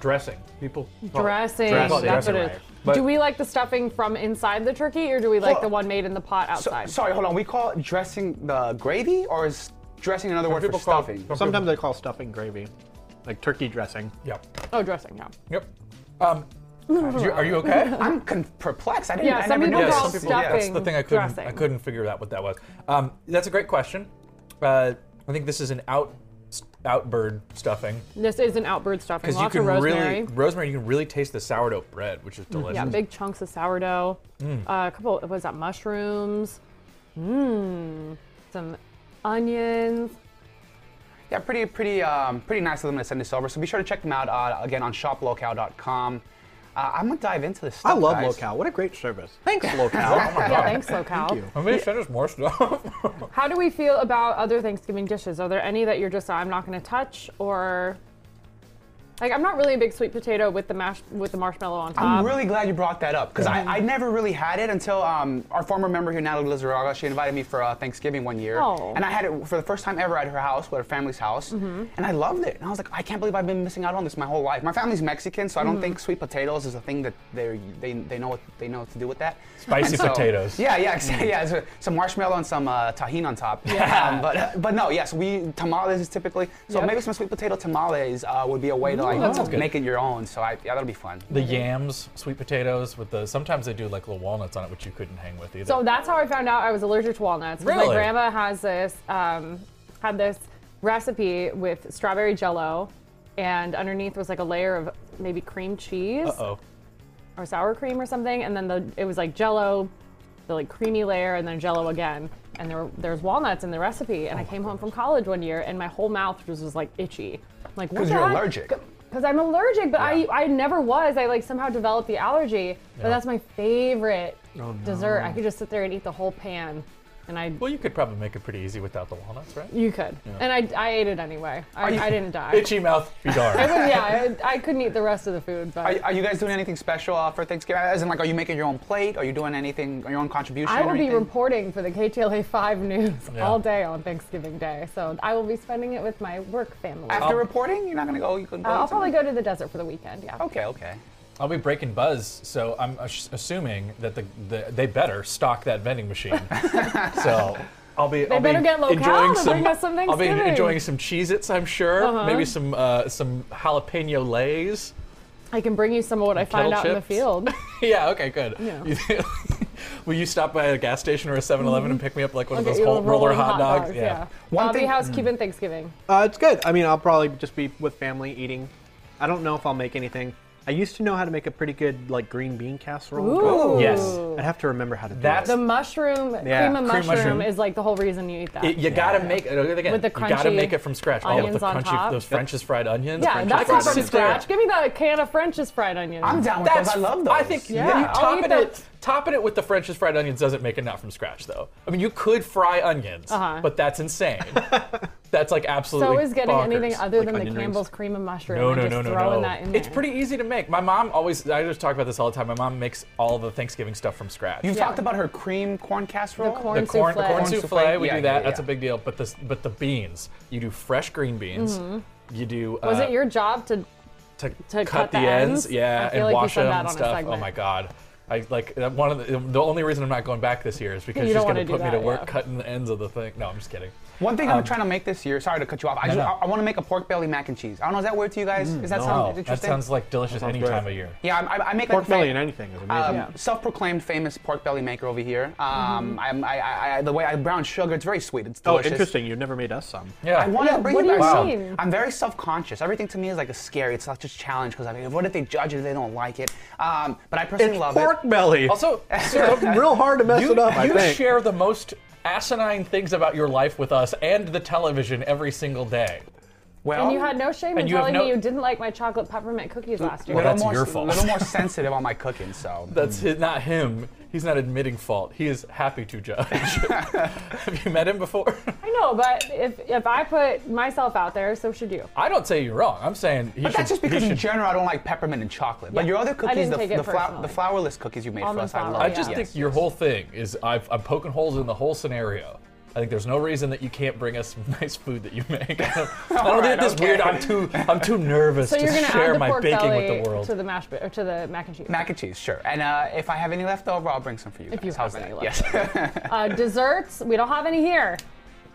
Speaker 4: Dressing. People. call it-
Speaker 1: Dressing.
Speaker 4: Dressing.
Speaker 1: That's what
Speaker 4: Dressing,
Speaker 1: it is.
Speaker 4: right. But-
Speaker 1: do we like the stuffing from inside the turkey, or do we like
Speaker 3: Well,
Speaker 1: the one made in the pot
Speaker 3: So-
Speaker 1: outside?
Speaker 3: sorry, hold on. We call it dressing the gravy, or is dressing another word for
Speaker 4: people call it-
Speaker 3: stuffing?
Speaker 4: some-
Speaker 2: Sometimes they call stuffing gravy, like turkey dressing.
Speaker 4: Yep.
Speaker 1: oh, dressing, yeah.
Speaker 4: Yep. Um, do you- are
Speaker 1: [LAUGHS]
Speaker 4: you okay?
Speaker 3: I'm con- perplexed. I didn't.
Speaker 1: Yeah,
Speaker 3: I
Speaker 1: some
Speaker 3: never
Speaker 1: people
Speaker 3: knew
Speaker 4: Yes.
Speaker 1: call
Speaker 3: that.
Speaker 4: Some
Speaker 1: stuffing.
Speaker 4: people- yeah, that's the thing I couldn't
Speaker 1: dressing.
Speaker 4: I couldn't figure out what that was. Um, that's a great question. Uh, I think this is an out outbird stuffing
Speaker 1: This is an outbird stuffing.
Speaker 4: because you
Speaker 1: Lots
Speaker 4: can
Speaker 1: of rosemary. Mm-hmm.
Speaker 4: really Mm. rosemary. You can really taste the sourdough bread, which is delicious.
Speaker 1: yeah, big chunks of sourdough. Uh, a couple. Was that mushrooms? Mmm. Some onions.
Speaker 3: Yeah, pretty, pretty, um, pretty nice of them to send us over. So be sure to check them out uh, again on shoplocal.com. Uh, I'm gonna dive into this. Stuff,
Speaker 2: I love
Speaker 3: guys.
Speaker 2: Locale. What a great service. Thanks,
Speaker 1: [LAUGHS]
Speaker 2: Locale. Oh
Speaker 1: Yeah, thanks, SoCal.
Speaker 2: Thank you.
Speaker 4: I'm gonna send us more stuff. [LAUGHS]
Speaker 1: How do we feel about other Thanksgiving dishes? Are there any that you're just I'm not going to touch or like I'm not really a big sweet potato with the mash with the marshmallow on top.
Speaker 3: I'm really glad you brought that up because I, I never really had it until um, our former member here, Natalie Lizaraga, she invited me for uh, Thanksgiving one year.
Speaker 1: Oh.
Speaker 3: And I had it for the first time ever at her house, at her family's house. And I loved it. And I was like, I can't believe I've been missing out on this my whole life. My family's Mexican, so I don't think sweet potatoes is a thing that they're, they, they, know what, they know what to do with that.
Speaker 4: Spicy
Speaker 3: And so-
Speaker 4: potatoes. Mm.
Speaker 3: Yeah, yeah, exactly. Yeah, so some marshmallow and some uh, tahini on top. [LAUGHS] Um, but, but no, yes, we tamales is typically, so
Speaker 1: Yep.
Speaker 3: maybe some sweet potato tamales uh, would be a way to
Speaker 4: that sounds
Speaker 3: like
Speaker 4: good.
Speaker 3: make it your own. So I, yeah, that'll be fun.
Speaker 4: the yams, sweet potatoes with the. Sometimes they do like little walnuts on it, which you couldn't hang with either.
Speaker 1: So that's how I found out I was allergic to walnuts. 'cause My
Speaker 4: Really?
Speaker 1: grandma has this um, had this recipe with strawberry jello and underneath was like a layer of maybe cream cheese
Speaker 4: oh,
Speaker 1: or sour cream or something and then the it was like jello the like creamy layer and then jello again and there were, there's walnuts in the recipe
Speaker 3: Oh
Speaker 1: and I came home from college one year and my whole mouth just was like itchy. I'm like what
Speaker 3: Because
Speaker 1: the
Speaker 3: you're
Speaker 1: heck?
Speaker 3: allergic.
Speaker 1: Because I'm allergic, but
Speaker 3: Yeah.
Speaker 1: I, I never was. I like somehow developed the allergy, but
Speaker 4: Yeah. Oh,
Speaker 1: that's my favorite dessert. I could just sit there and eat the whole pan, and I
Speaker 4: well, you could probably make it pretty easy without the walnuts, right?
Speaker 1: you could, and I, I ate it anyway. I,
Speaker 3: you-
Speaker 1: I didn't die.
Speaker 4: Itchy mouth, be
Speaker 1: I [LAUGHS]
Speaker 4: darned.
Speaker 1: would- yeah, I, I couldn't eat the rest of the food, but
Speaker 3: Are, are you guys doing anything special uh, for Thanksgiving? As in, like, are you making your own plate? Are you doing anything, your own contribution?
Speaker 1: I
Speaker 3: or
Speaker 1: will be
Speaker 3: anything?
Speaker 1: reporting for the KTLA Five News
Speaker 4: Yeah.
Speaker 1: all day on Thanksgiving Day, so I will be spending it with my work family. Uh,
Speaker 3: After reporting, you're not gonna go. You can go.
Speaker 1: I'll
Speaker 3: to-
Speaker 1: probably go to the desert for the weekend. Yeah.
Speaker 4: Oh.
Speaker 3: Okay, okay.
Speaker 4: I'll be breaking buzz, so I'm ass- assuming that the, the they better stock that vending
Speaker 1: [LAUGHS]
Speaker 4: machine. so I'll be. They I'll
Speaker 1: better
Speaker 4: be
Speaker 1: get Locale
Speaker 4: enjoying
Speaker 1: to
Speaker 4: some,
Speaker 1: bring us some
Speaker 4: I'll be en-
Speaker 1: Thanksgiving.
Speaker 4: enjoying some Cheez-Its, I'm sure.
Speaker 1: Uh-huh.
Speaker 4: Maybe some uh, some jalapeno lays.
Speaker 1: I can bring you some of what I find
Speaker 4: Kettle
Speaker 1: out in the
Speaker 4: chips. [LAUGHS]
Speaker 1: field.
Speaker 4: yeah. Okay. Good.
Speaker 1: Yeah.
Speaker 4: You- [LAUGHS] Will you stop by a gas station or a 7-Eleven and pick me up like one
Speaker 1: Mm-hmm. I'll
Speaker 4: of
Speaker 1: get you
Speaker 4: those whole
Speaker 1: a roll
Speaker 4: roller
Speaker 1: of
Speaker 4: hot dogs?
Speaker 1: yeah.
Speaker 3: One
Speaker 1: Bobby,
Speaker 3: thing-
Speaker 1: how's
Speaker 4: Mm.
Speaker 1: Cuban Thanksgiving?
Speaker 2: Uh, it's good. I mean, I'll probably just be with family eating. I don't know if I'll make anything. I used to know how to make a pretty good like green bean casserole.
Speaker 1: Ooh.
Speaker 2: but
Speaker 4: Yes.
Speaker 2: I'd have to remember how to do
Speaker 4: That's-
Speaker 1: The mushroom,
Speaker 2: Yeah,
Speaker 1: cream of
Speaker 4: cream
Speaker 1: mushroom,
Speaker 4: mushroom.
Speaker 1: is like the whole reason you eat that.
Speaker 4: It- you gotta make it again.
Speaker 1: With the
Speaker 4: you gotta
Speaker 1: crunchy
Speaker 4: make it from scratch. All
Speaker 1: onions
Speaker 4: the
Speaker 1: on
Speaker 4: crunchy,
Speaker 1: top.
Speaker 4: those French's fried onions.
Speaker 1: yeah,
Speaker 4: French's
Speaker 1: that's
Speaker 4: fried
Speaker 1: not from
Speaker 4: onions.
Speaker 1: scratch. Give me that can of French's fried onions.
Speaker 3: I'm down with
Speaker 4: That's
Speaker 3: those. I love those.
Speaker 4: I think
Speaker 1: Yeah.
Speaker 4: you
Speaker 1: I'll eat
Speaker 4: topping
Speaker 1: that.
Speaker 4: it topping it with the French's fried onions doesn't make it not from scratch though. I mean, you could fry onions,
Speaker 1: Uh-huh.
Speaker 4: but
Speaker 3: [LAUGHS]
Speaker 4: that's insane. that's like absolutely.
Speaker 1: so is getting
Speaker 4: bonkers.
Speaker 1: anything other
Speaker 2: Like
Speaker 1: than the
Speaker 2: onion rings?
Speaker 1: Campbell's cream of mushroom.
Speaker 4: No,
Speaker 1: and
Speaker 4: no,
Speaker 1: just
Speaker 4: no, no,
Speaker 1: throwing
Speaker 4: no.
Speaker 1: That in
Speaker 4: It's
Speaker 1: there.
Speaker 4: pretty easy to make. My mom always. I just talk about this all the time. My mom makes all the Thanksgiving stuff from scratch.
Speaker 3: You've
Speaker 1: Yeah.
Speaker 3: talked about her cream corn casserole.
Speaker 1: The corn
Speaker 4: the corn, the corn
Speaker 1: souffle.
Speaker 4: souffle,
Speaker 3: Souffle,
Speaker 4: we
Speaker 3: yeah,
Speaker 4: do that.
Speaker 3: yeah,
Speaker 4: That's a
Speaker 3: yeah.
Speaker 4: big deal. But the but the beans, you do fresh green beans. You do. Uh,
Speaker 1: Mm-hmm. Was it your job to?
Speaker 4: to,
Speaker 1: to
Speaker 4: cut,
Speaker 1: cut
Speaker 4: the
Speaker 1: the ends?
Speaker 4: ends,
Speaker 1: I
Speaker 4: yeah,
Speaker 1: feel
Speaker 4: and
Speaker 1: like you
Speaker 4: wash
Speaker 1: said
Speaker 4: them
Speaker 1: that
Speaker 4: and
Speaker 1: on a
Speaker 4: stuff. Oh
Speaker 1: segment.
Speaker 4: my god. I like that- one of the, the only reason I'm not going back this year is because
Speaker 1: You
Speaker 4: she's
Speaker 1: don't
Speaker 4: going to
Speaker 1: wanna do
Speaker 4: put me to
Speaker 1: that,
Speaker 4: work
Speaker 1: yeah.
Speaker 4: cutting the ends of the thing. No, I'm just kidding.
Speaker 3: One thing
Speaker 2: Um,
Speaker 3: I'm trying to make this year. Sorry to cut you off. I, just,
Speaker 4: no.
Speaker 3: I, want to make a pork belly mac and cheese. I don't know. Is that weird to you guys?
Speaker 2: Mm,
Speaker 3: Does that
Speaker 4: Wow,
Speaker 3: sound
Speaker 4: Oh, that
Speaker 3: interesting?
Speaker 4: sounds like delicious any
Speaker 2: great.
Speaker 4: time of year.
Speaker 3: Yeah, I, I- I make
Speaker 2: Pork
Speaker 3: like a fa-
Speaker 2: belly and anything is amazing.
Speaker 3: Um,
Speaker 1: Yeah.
Speaker 3: Self-proclaimed famous pork belly maker over here. Um, I'm, I, I, I, the way I brown sugar, it's very sweet. It's
Speaker 2: oh,
Speaker 3: delicious.
Speaker 2: interesting. You've never made us some.
Speaker 4: Yeah. [LAUGHS]
Speaker 3: I want
Speaker 1: Yeah,
Speaker 3: to bring
Speaker 1: what
Speaker 3: you
Speaker 1: do you
Speaker 3: guys
Speaker 1: mean?
Speaker 3: some. I'm very self-conscious. Everything to me is like a scary. It's not just challenge because I mean, what if they judge it? They don't like it. Um, but I personally
Speaker 2: It's
Speaker 3: love
Speaker 2: pork
Speaker 3: it.
Speaker 1: [LAUGHS]
Speaker 2: belly.
Speaker 4: also,
Speaker 2: It's
Speaker 4: Sarah,
Speaker 2: real hard to mess
Speaker 4: you,
Speaker 2: it up. I
Speaker 4: you
Speaker 2: think.
Speaker 4: share the most asinine things about your life with us and the television every single day.
Speaker 3: Well,
Speaker 1: And you had no shame in
Speaker 4: And you have
Speaker 1: telling
Speaker 4: no-
Speaker 1: me you didn't like my chocolate peppermint cookies last year.
Speaker 3: little
Speaker 4: that's
Speaker 3: more,
Speaker 4: your fault.
Speaker 3: little
Speaker 4: [LAUGHS]
Speaker 3: more sensitive on my cooking, so.
Speaker 4: That's hi- not him. He's not admitting fault. He is happy to [LAUGHS] judge. Have you met him before?
Speaker 1: I know, but if if I put myself out there, so should you.
Speaker 4: I don't say you're wrong. I'm saying he
Speaker 3: But
Speaker 4: should.
Speaker 3: that's just
Speaker 4: he
Speaker 3: because in
Speaker 4: should-
Speaker 3: general I don't like peppermint and chocolate. But
Speaker 1: Yeah.
Speaker 3: your other
Speaker 1: I
Speaker 3: cookies,
Speaker 1: didn't
Speaker 3: the,
Speaker 1: take it
Speaker 3: the, flour,
Speaker 1: personally.
Speaker 3: the flourless cookies you made
Speaker 1: Almond
Speaker 3: for us, I
Speaker 1: flour,
Speaker 3: love.
Speaker 4: I
Speaker 1: Yeah.
Speaker 4: just
Speaker 1: Yes,
Speaker 4: think your whole thing is I've, I'm poking holes in the whole scenario. I think there's no reason that you can't bring us some [LAUGHS] nice food that you
Speaker 1: [LAUGHS]
Speaker 4: make. I don't, I don't
Speaker 3: All
Speaker 4: think
Speaker 3: right,
Speaker 4: this
Speaker 3: okay.
Speaker 4: weird. I'm too. I'm too nervous
Speaker 1: So
Speaker 4: to
Speaker 1: you're gonna
Speaker 4: share
Speaker 1: add the
Speaker 4: my
Speaker 1: pork
Speaker 4: baking
Speaker 1: belly
Speaker 4: with the world.
Speaker 1: to the mash or to the mac and cheese.
Speaker 3: Mac and cheese, sure. And uh, if I have any left over, I'll bring some for you.
Speaker 1: If
Speaker 3: guys.
Speaker 1: you
Speaker 3: How's
Speaker 1: have any
Speaker 3: that?
Speaker 1: left uh, desserts, we don't have any here,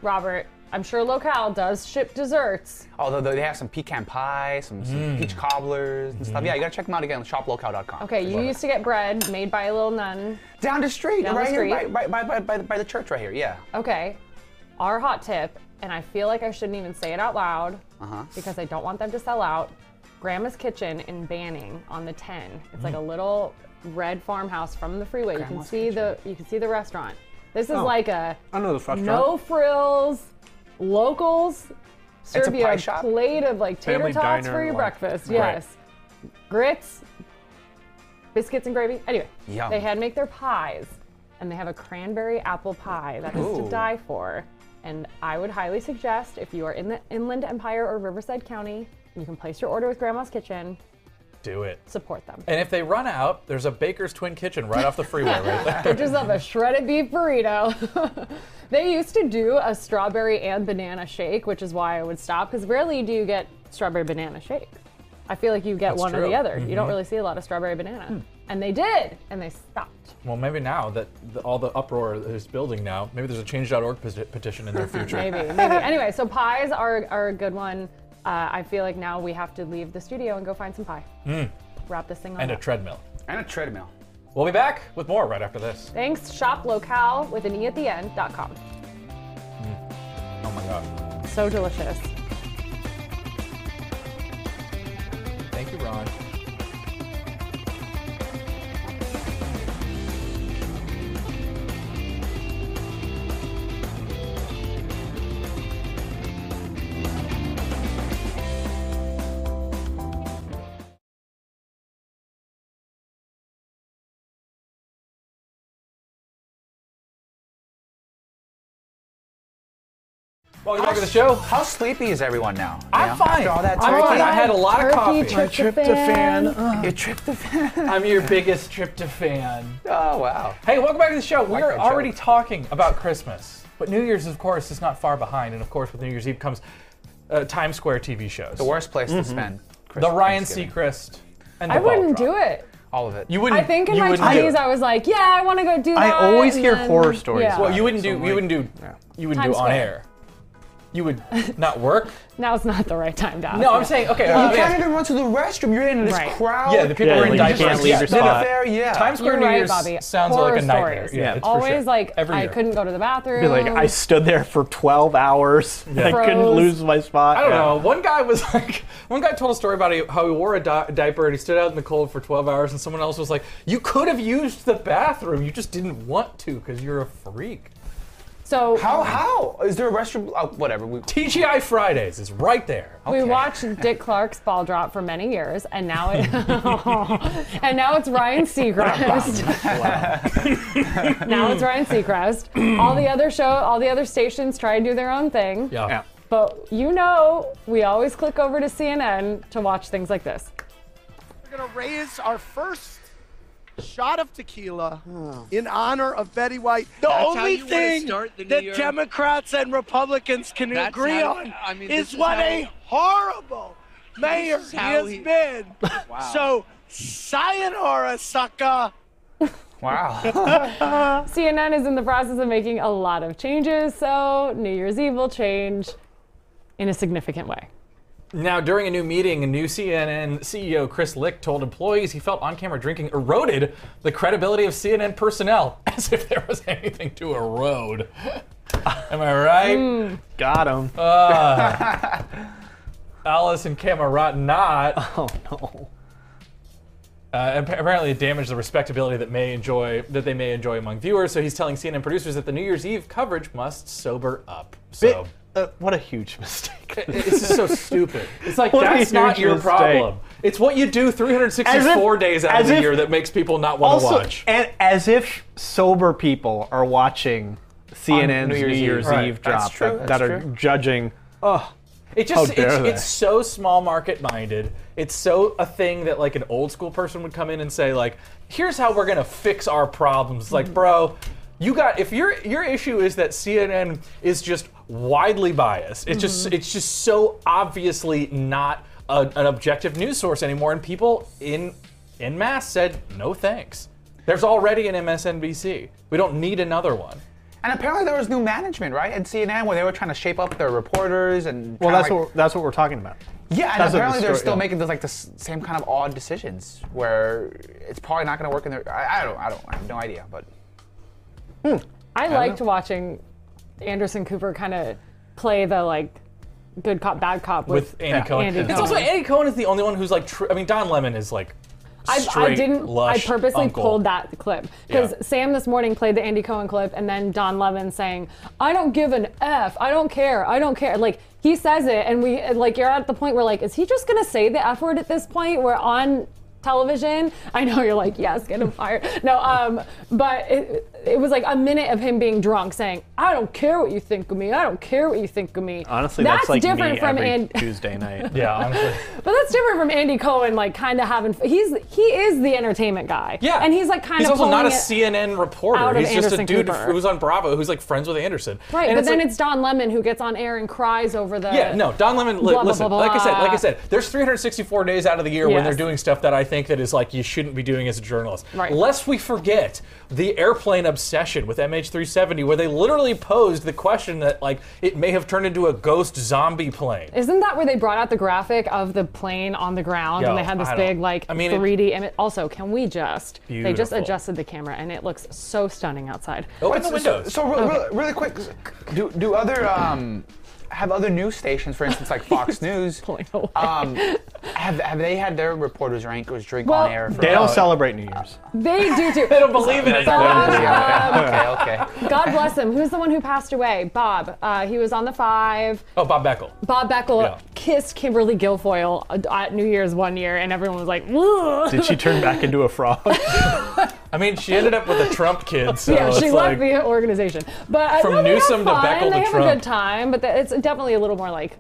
Speaker 1: Robert. I'm sure Locale does ship desserts.
Speaker 3: Although they have some pecan pie, some, some
Speaker 4: Mm.
Speaker 3: peach cobblers and
Speaker 4: Mm-hmm.
Speaker 3: stuff. Yeah, you gotta check them out again. Shoplocal.com.
Speaker 1: Okay, you used to get bread made by a little nun.
Speaker 3: down the street,
Speaker 1: Down the
Speaker 3: right here,
Speaker 1: street.
Speaker 3: by, by, by, by, the- by the church, right here. Yeah.
Speaker 1: Okay, our hot tip, and I feel like I shouldn't even say it out loud because I don't want them to sell out. Grandma's Kitchen in Banning on the 10. It's like a little red farmhouse from the freeway. you can
Speaker 3: Grandma's
Speaker 1: see the you can see the restaurant. This is like a
Speaker 2: I know this restaurant.
Speaker 1: no frills locals serve
Speaker 3: a
Speaker 1: you
Speaker 3: pie
Speaker 1: a
Speaker 3: shop?
Speaker 1: plate of like tater
Speaker 2: Family
Speaker 1: tots
Speaker 2: diner,
Speaker 1: for your
Speaker 2: like-
Speaker 1: breakfast.
Speaker 2: Right.
Speaker 1: Yes, grits, biscuits and gravy. Anyway,
Speaker 3: Yum.
Speaker 1: they had make their pies, and they have a cranberry apple pie that is
Speaker 3: Ooh.
Speaker 1: to die for. And I would highly suggest if you are in the Inland Empire or Riverside County, you can place your order with Grandma's Kitchen.
Speaker 4: Do it.
Speaker 1: Support them.
Speaker 4: And if they run out, there's a Baker's Twin Kitchen right off the freeway right there.
Speaker 1: pictures of a shredded beef burrito. [LAUGHS] they used to do a strawberry and banana shake, which is why I would stop because rarely do you get strawberry banana shakes. I feel like you get one or
Speaker 4: true. Mm-hmm. Hmm.
Speaker 1: the other. You don't really see a lot of strawberry banana. And they did, and they
Speaker 4: [LAUGHS]
Speaker 1: stopped.
Speaker 4: Well, maybe now that the, all the uproar that is building now, maybe there's a change.org peti- petition in their
Speaker 1: [LAUGHS]
Speaker 4: future.
Speaker 1: Maybe, maybe. anyway, so pies are, are a good one. Uh, I feel like now we have to leave the studio and go find some pie. Wrap this thing on.
Speaker 4: Hmm. And a
Speaker 1: up.
Speaker 4: treadmill.
Speaker 3: And a treadmill.
Speaker 4: We'll be back with more right after this.
Speaker 1: Thanks, shop locale with an e at the end dot com.
Speaker 4: Oh my God.
Speaker 1: So delicious.
Speaker 4: Thank you, Ron. Welcome back to the show.
Speaker 3: How sleepy is everyone now? You
Speaker 4: I'm
Speaker 3: know,
Speaker 4: fine.
Speaker 3: After all that
Speaker 4: I'm
Speaker 3: turkey.
Speaker 4: fine. I had a lot of
Speaker 1: Turkey
Speaker 4: coffee.
Speaker 1: tr-
Speaker 2: My tryptophan.
Speaker 1: Tryptophan.
Speaker 2: Ugh.
Speaker 3: You tripped the fan. [LAUGHS]
Speaker 4: I'm your biggest tryptophan.
Speaker 3: oh wow.
Speaker 4: Hey, welcome back to the show. We
Speaker 3: Like
Speaker 4: are
Speaker 3: that
Speaker 4: already
Speaker 3: joke.
Speaker 4: talking about Christmas, but New Year's, of course, is not far behind. And of course, with New Year's Eve comes uh, Times Square TV shows.
Speaker 3: The worst place to spend. Christ-
Speaker 4: Mm-hmm. The Ryan
Speaker 3: Thanksgiving.
Speaker 4: Seacrest. And the
Speaker 1: I wouldn't
Speaker 4: Ball
Speaker 1: do
Speaker 4: drop.
Speaker 1: it.
Speaker 3: All of it.
Speaker 4: You wouldn't.
Speaker 1: I think in
Speaker 4: you
Speaker 1: my
Speaker 4: wouldn't do
Speaker 1: twenties
Speaker 4: it.
Speaker 1: I was like, yeah, I want to go do that.
Speaker 2: I always
Speaker 1: and
Speaker 2: hear
Speaker 1: then-
Speaker 2: horror stories
Speaker 1: Yeah.
Speaker 2: about
Speaker 4: Well, you wouldn't do.
Speaker 2: So,
Speaker 4: you
Speaker 2: like-
Speaker 4: wouldn't do. You wouldn't
Speaker 1: Times
Speaker 4: do on
Speaker 1: Square.
Speaker 4: air. You would
Speaker 1: [LAUGHS]
Speaker 4: not work.
Speaker 1: Now's not the right time to ask.
Speaker 4: No, I'm saying. Okay. let
Speaker 3: you
Speaker 4: me
Speaker 3: can't
Speaker 4: ask-
Speaker 3: even run to the restroom. You're in this
Speaker 1: Right.
Speaker 3: crowd.
Speaker 4: yeah, the people
Speaker 2: Yeah,
Speaker 4: were in
Speaker 2: like, you can't
Speaker 4: diapers.
Speaker 2: leave your
Speaker 4: yeah,
Speaker 3: Dinner
Speaker 2: spot.
Speaker 3: fair, yeah.
Speaker 4: Times Square
Speaker 1: You're
Speaker 4: New
Speaker 1: right,
Speaker 4: Year's
Speaker 1: Bobby.
Speaker 4: sounds
Speaker 1: Horror
Speaker 4: like a nightmare.
Speaker 1: stories.
Speaker 4: Yeah,
Speaker 2: Yeah.
Speaker 4: it's for
Speaker 1: always
Speaker 4: sure.
Speaker 1: like
Speaker 4: every
Speaker 1: I
Speaker 4: year.
Speaker 1: couldn't go to the bathroom.
Speaker 2: Be like, I stood there for 12 hours. I couldn't
Speaker 1: Oh. Froze.
Speaker 2: lose my spot.
Speaker 4: I don't know. One guy was [LAUGHS] like, one guy told a story about how he wore a di- diaper and he stood out in the cold for 12 hours, and someone else was like, "You could have used the bathroom, you just didn't want to because you're a freak."
Speaker 1: so
Speaker 3: How? How? Is there a restroom? Oh, whatever. We, [LAUGHS]
Speaker 4: TGI Fridays is right there.
Speaker 1: we
Speaker 3: okay.
Speaker 1: watched Dick Clark's ball drop for many years, and now it [LAUGHS] and now it's Ryan Seacrest. [LAUGHS] now it's Ryan Seacrest. all the other show, all the other stations try and do their own thing.
Speaker 4: Yeah.
Speaker 2: Yeah.
Speaker 1: But you know, we always click over to CNN to watch things like this.
Speaker 7: We're going to raise our first shot of tequila in honor of Betty White. The only thing that Democrats and Republicans can agree on is what a horrible mayor he has been. So, sayonara, sucker.
Speaker 3: wow. [LAUGHS]
Speaker 1: CNN is in the process of making a lot of changes, so New Year's Eve will change in a significant way.
Speaker 4: Now, during a new meeting, a new CNN CEO E Chris Lick told employees he felt on-camera drinking eroded the credibility of CNN personnel, [LAUGHS] as if there was anything to erode. Am I right?
Speaker 2: Got him.
Speaker 4: Alice and Cameron not.
Speaker 2: [LAUGHS] oh, no.
Speaker 4: uh, appa- apparently it damaged the respectability that may enjoy that they may enjoy among viewers. So he's telling CNN producers that the New Year's Eve coverage must sober up. So
Speaker 2: Uh, what a huge [LAUGHS] mistake.
Speaker 4: it- [LAUGHS] it's just so stupid. It's like
Speaker 2: [LAUGHS] What a
Speaker 4: that's not
Speaker 2: huge
Speaker 4: your
Speaker 2: mistake.
Speaker 4: problem. It's what you do 364
Speaker 2: As if-
Speaker 4: days out of
Speaker 2: as
Speaker 4: the
Speaker 2: if-
Speaker 4: year that makes people not want to watch.
Speaker 2: and as if sober people are watching CNN's New Year's, Eve,
Speaker 3: Right. That's
Speaker 2: drop
Speaker 3: true,
Speaker 2: that,
Speaker 3: that's
Speaker 2: that are
Speaker 3: true.
Speaker 2: judging. Oh,
Speaker 4: It just
Speaker 2: How dare
Speaker 4: it's,
Speaker 2: they.
Speaker 4: it's so small market minded. It's so a thing that like an old school person would come in and say like, "Here's how we're gonna fix our problems." Like, bro, you got if your your issue is that CNN is just widely biased. It's just it's just so obviously not a, an objective news source anymore. And people in in mass said no thanks. There's already an MSNBC. We don't need another one.
Speaker 3: And apparently there was new management, right? At CNN, where they were trying to shape up their reporters and
Speaker 2: Well,
Speaker 3: trying
Speaker 2: that's
Speaker 3: to, like-
Speaker 2: what that's what we're talking about.
Speaker 3: yeah,
Speaker 2: that's
Speaker 3: and
Speaker 2: what
Speaker 3: apparently
Speaker 2: the
Speaker 3: they're
Speaker 2: story-
Speaker 3: still
Speaker 2: yeah.
Speaker 3: making those like the s- same kind of odd decisions where it's probably not going to work in their. I, I don't, I don't, I have no idea, but
Speaker 1: I liked watching Anderson Cooper kind of play the like good cop, bad cop with.
Speaker 4: with Andy Cohen.
Speaker 1: Andy
Speaker 4: it's
Speaker 1: Cohen.
Speaker 4: also Andy Cohen is the only one who's like. Tr- I mean, Don Lemon is like.
Speaker 1: I, I
Speaker 4: straight,
Speaker 1: didn't.
Speaker 4: Lush
Speaker 1: I purposely
Speaker 4: uncle.
Speaker 1: pulled that clip because
Speaker 4: Yeah.
Speaker 1: Sam this morning played the Andy Cohen clip, and then Don Levin saying, "I don't give an f. I don't care. I don't care." Like he says it, and we like you're at the point where like, is he just gonna say the f word at this point? We're on television. I know you're like, yes, get him fired. [LAUGHS] No, um, but it, it was like a minute of him being drunk saying, "I don't care what you think of me. I don't care what you think of me."
Speaker 2: Honestly, that's, like
Speaker 1: different
Speaker 2: me
Speaker 1: from
Speaker 2: every
Speaker 1: Andy.
Speaker 2: Tuesday night.
Speaker 4: Yeah,
Speaker 1: [LAUGHS]
Speaker 4: honestly.
Speaker 1: But that's different from Andy Cohen, like kind of having. He's he is the entertainment guy.
Speaker 4: Yeah,
Speaker 1: and he's like kind
Speaker 4: He's
Speaker 1: of.
Speaker 4: also not a
Speaker 1: pulling it-
Speaker 4: CNN reporter.
Speaker 1: out of
Speaker 4: he's just a
Speaker 1: Anderson
Speaker 4: dude
Speaker 1: Cooper.
Speaker 4: who was on Bravo who's like friends with Anderson.
Speaker 1: Right,
Speaker 4: And
Speaker 1: but then
Speaker 4: like-
Speaker 1: it's Don Lemon who gets on air and cries over the.
Speaker 4: Yeah, no, Don Lemon. Li-
Speaker 1: Blah, blah,
Speaker 4: listen,
Speaker 1: blah,
Speaker 4: like I said, like I
Speaker 1: blah.
Speaker 4: said, there's 364 days out of the year when
Speaker 1: Yes.
Speaker 4: they're doing stuff that I think that is like you shouldn't be doing as a journalist.
Speaker 1: Right.
Speaker 4: Lest we forget the airplane obsession with MH370, where they literally posed the question that like it may have turned into a ghost zombie plane.
Speaker 1: Isn't that where they brought out the graphic of the plane on the ground
Speaker 4: Yo,
Speaker 1: and they had this
Speaker 4: I don't-
Speaker 1: big like
Speaker 4: I mean, it-
Speaker 1: 3D image? Also, can we just? They just
Speaker 4: Beautiful. Oh.
Speaker 1: adjusted the camera and it looks so stunning outside.
Speaker 4: Open the
Speaker 3: So-
Speaker 4: windows.
Speaker 3: So, so real, real- really quick, do, do other um, have other news stations, for instance, like
Speaker 2: [LAUGHS]
Speaker 3: Fox News,
Speaker 1: Pulling away.
Speaker 3: um, have have they had their reporters or anchors drink
Speaker 1: Well,
Speaker 3: on air? For,
Speaker 2: [LAUGHS] They don't celebrate New Year's.
Speaker 4: [LAUGHS]
Speaker 1: They do too. um,
Speaker 4: I don't believe in it. [LAUGHS]
Speaker 3: Yeah, [LAUGHS] okay, okay.
Speaker 1: God bless him. Who's the one who passed away? Bob. Uh, he was on the five.
Speaker 4: Oh, Bob Beckel.
Speaker 1: Bob Beckel
Speaker 4: Yeah.
Speaker 1: kissed Kimberly Guilfoyle uh, at New Year's one year, and everyone was like, "Whoa!"
Speaker 2: Did she turn back into a
Speaker 4: [LAUGHS]
Speaker 2: frog?
Speaker 4: I mean, she ended up with the Trump kid,
Speaker 1: [LAUGHS]
Speaker 4: so
Speaker 1: yeah,
Speaker 4: it's
Speaker 1: she
Speaker 4: like
Speaker 1: left the organization. But uh,
Speaker 4: From
Speaker 1: no, they have
Speaker 4: Newsom to
Speaker 1: fun,
Speaker 4: Beckel to
Speaker 1: they have a
Speaker 4: Trump.
Speaker 1: good time. But the- it's definitely a little more
Speaker 4: [LAUGHS]
Speaker 1: like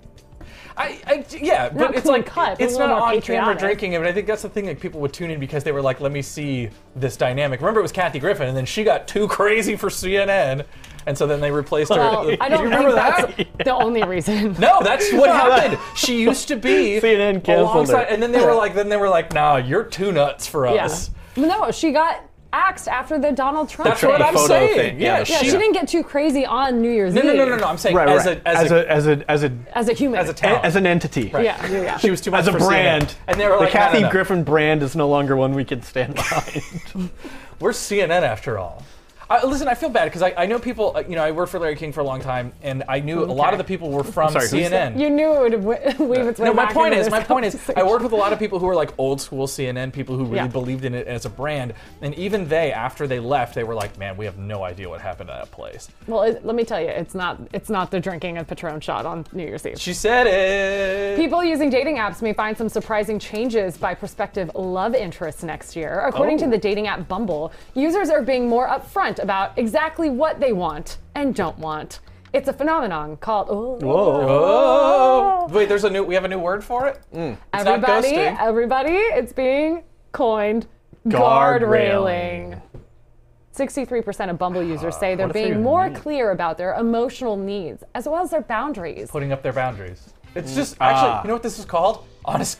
Speaker 4: I, I yeah, but it's
Speaker 1: clean
Speaker 4: like
Speaker 1: cut, but a
Speaker 4: it's
Speaker 1: little
Speaker 4: not
Speaker 1: more
Speaker 4: on camera
Speaker 1: patriotic.
Speaker 4: drinking, and I think that's the thing that people would tune in because they were like, "Let me see this dynamic." Remember, it was Kathy Griffin, and then she got too crazy for CNN, and so then they replaced her.
Speaker 1: well, I don't
Speaker 4: you
Speaker 1: think
Speaker 4: remember that?
Speaker 1: that's [LAUGHS] the
Speaker 4: [LAUGHS]
Speaker 1: only reason.
Speaker 4: No, that's what happened. She used
Speaker 2: [LAUGHS]
Speaker 4: to be
Speaker 2: CNN canceled
Speaker 4: alongside,
Speaker 2: her.
Speaker 4: and then they were like, then they were like, "Nah, you're too nuts for
Speaker 1: [LAUGHS] Yeah.
Speaker 4: us."
Speaker 1: No, she got axed after the Donald Trump.
Speaker 4: That's
Speaker 1: thing.
Speaker 4: what I'm
Speaker 2: photo
Speaker 4: saying.
Speaker 2: thing,
Speaker 4: Yeah,
Speaker 2: yeah,
Speaker 1: Yeah, she didn't get too crazy on New Year's
Speaker 4: No,
Speaker 1: Eve.
Speaker 4: no, no, no, no. I'm saying
Speaker 2: right, right.
Speaker 4: as, a, as, a,
Speaker 2: as a as a
Speaker 1: As a human.
Speaker 4: as a talent.
Speaker 2: as an entity.
Speaker 1: Yeah, yeah,
Speaker 4: [LAUGHS]
Speaker 1: yeah.
Speaker 4: she was too much
Speaker 2: As a
Speaker 4: for
Speaker 2: brand,
Speaker 4: CNN. And they were
Speaker 2: the
Speaker 4: like, "No, no,
Speaker 2: Kathy
Speaker 4: no.
Speaker 2: Griffin brand is no longer one we can stand
Speaker 4: [LAUGHS]
Speaker 2: behind.
Speaker 4: We're CNN after all. I, listen, I feel bad because I, I know people. uh, You know, I worked for Larry King for a long time, and I knew a lot of the people were
Speaker 2: [LAUGHS]
Speaker 4: from
Speaker 2: sorry, who's
Speaker 4: CNN.
Speaker 1: You knew it would w- [LAUGHS] weave its way
Speaker 4: no, my
Speaker 1: back
Speaker 4: point
Speaker 1: into
Speaker 4: is,
Speaker 1: this
Speaker 4: my point is, I
Speaker 1: conversation.
Speaker 4: worked with a lot of people who were like old school CNN people who really
Speaker 1: Yeah.
Speaker 4: believed in it as a brand, and even they, after they left, they were like, "Man, we have no idea what happened to that place."
Speaker 1: Well, it, let me tell you, it's not. It's not the drinking of Patron shot on New Year's Eve.
Speaker 4: She said it.
Speaker 1: People using dating apps may find some surprising changes by prospective love interests next year. According
Speaker 4: Oh.
Speaker 1: to the dating app Bumble, users are being more upfront about exactly what they want and don't want. It's a phenomenon called oh,
Speaker 4: Oh, wait, there's a new. We have a new word for it.
Speaker 2: Mm.
Speaker 4: It's not
Speaker 1: everybody,
Speaker 4: ghosting.
Speaker 1: everybody, it's being coined guard,
Speaker 2: Guard
Speaker 1: railing. 63% of Bumble
Speaker 4: [SIGHS]
Speaker 1: users say they're
Speaker 2: if they
Speaker 1: being
Speaker 2: even
Speaker 1: more
Speaker 4: Mm.
Speaker 2: meet?
Speaker 1: clear about their emotional needs as well as their boundaries.
Speaker 4: Putting up their boundaries. It's just actually,
Speaker 2: Ah.
Speaker 4: you know what this is called? Honest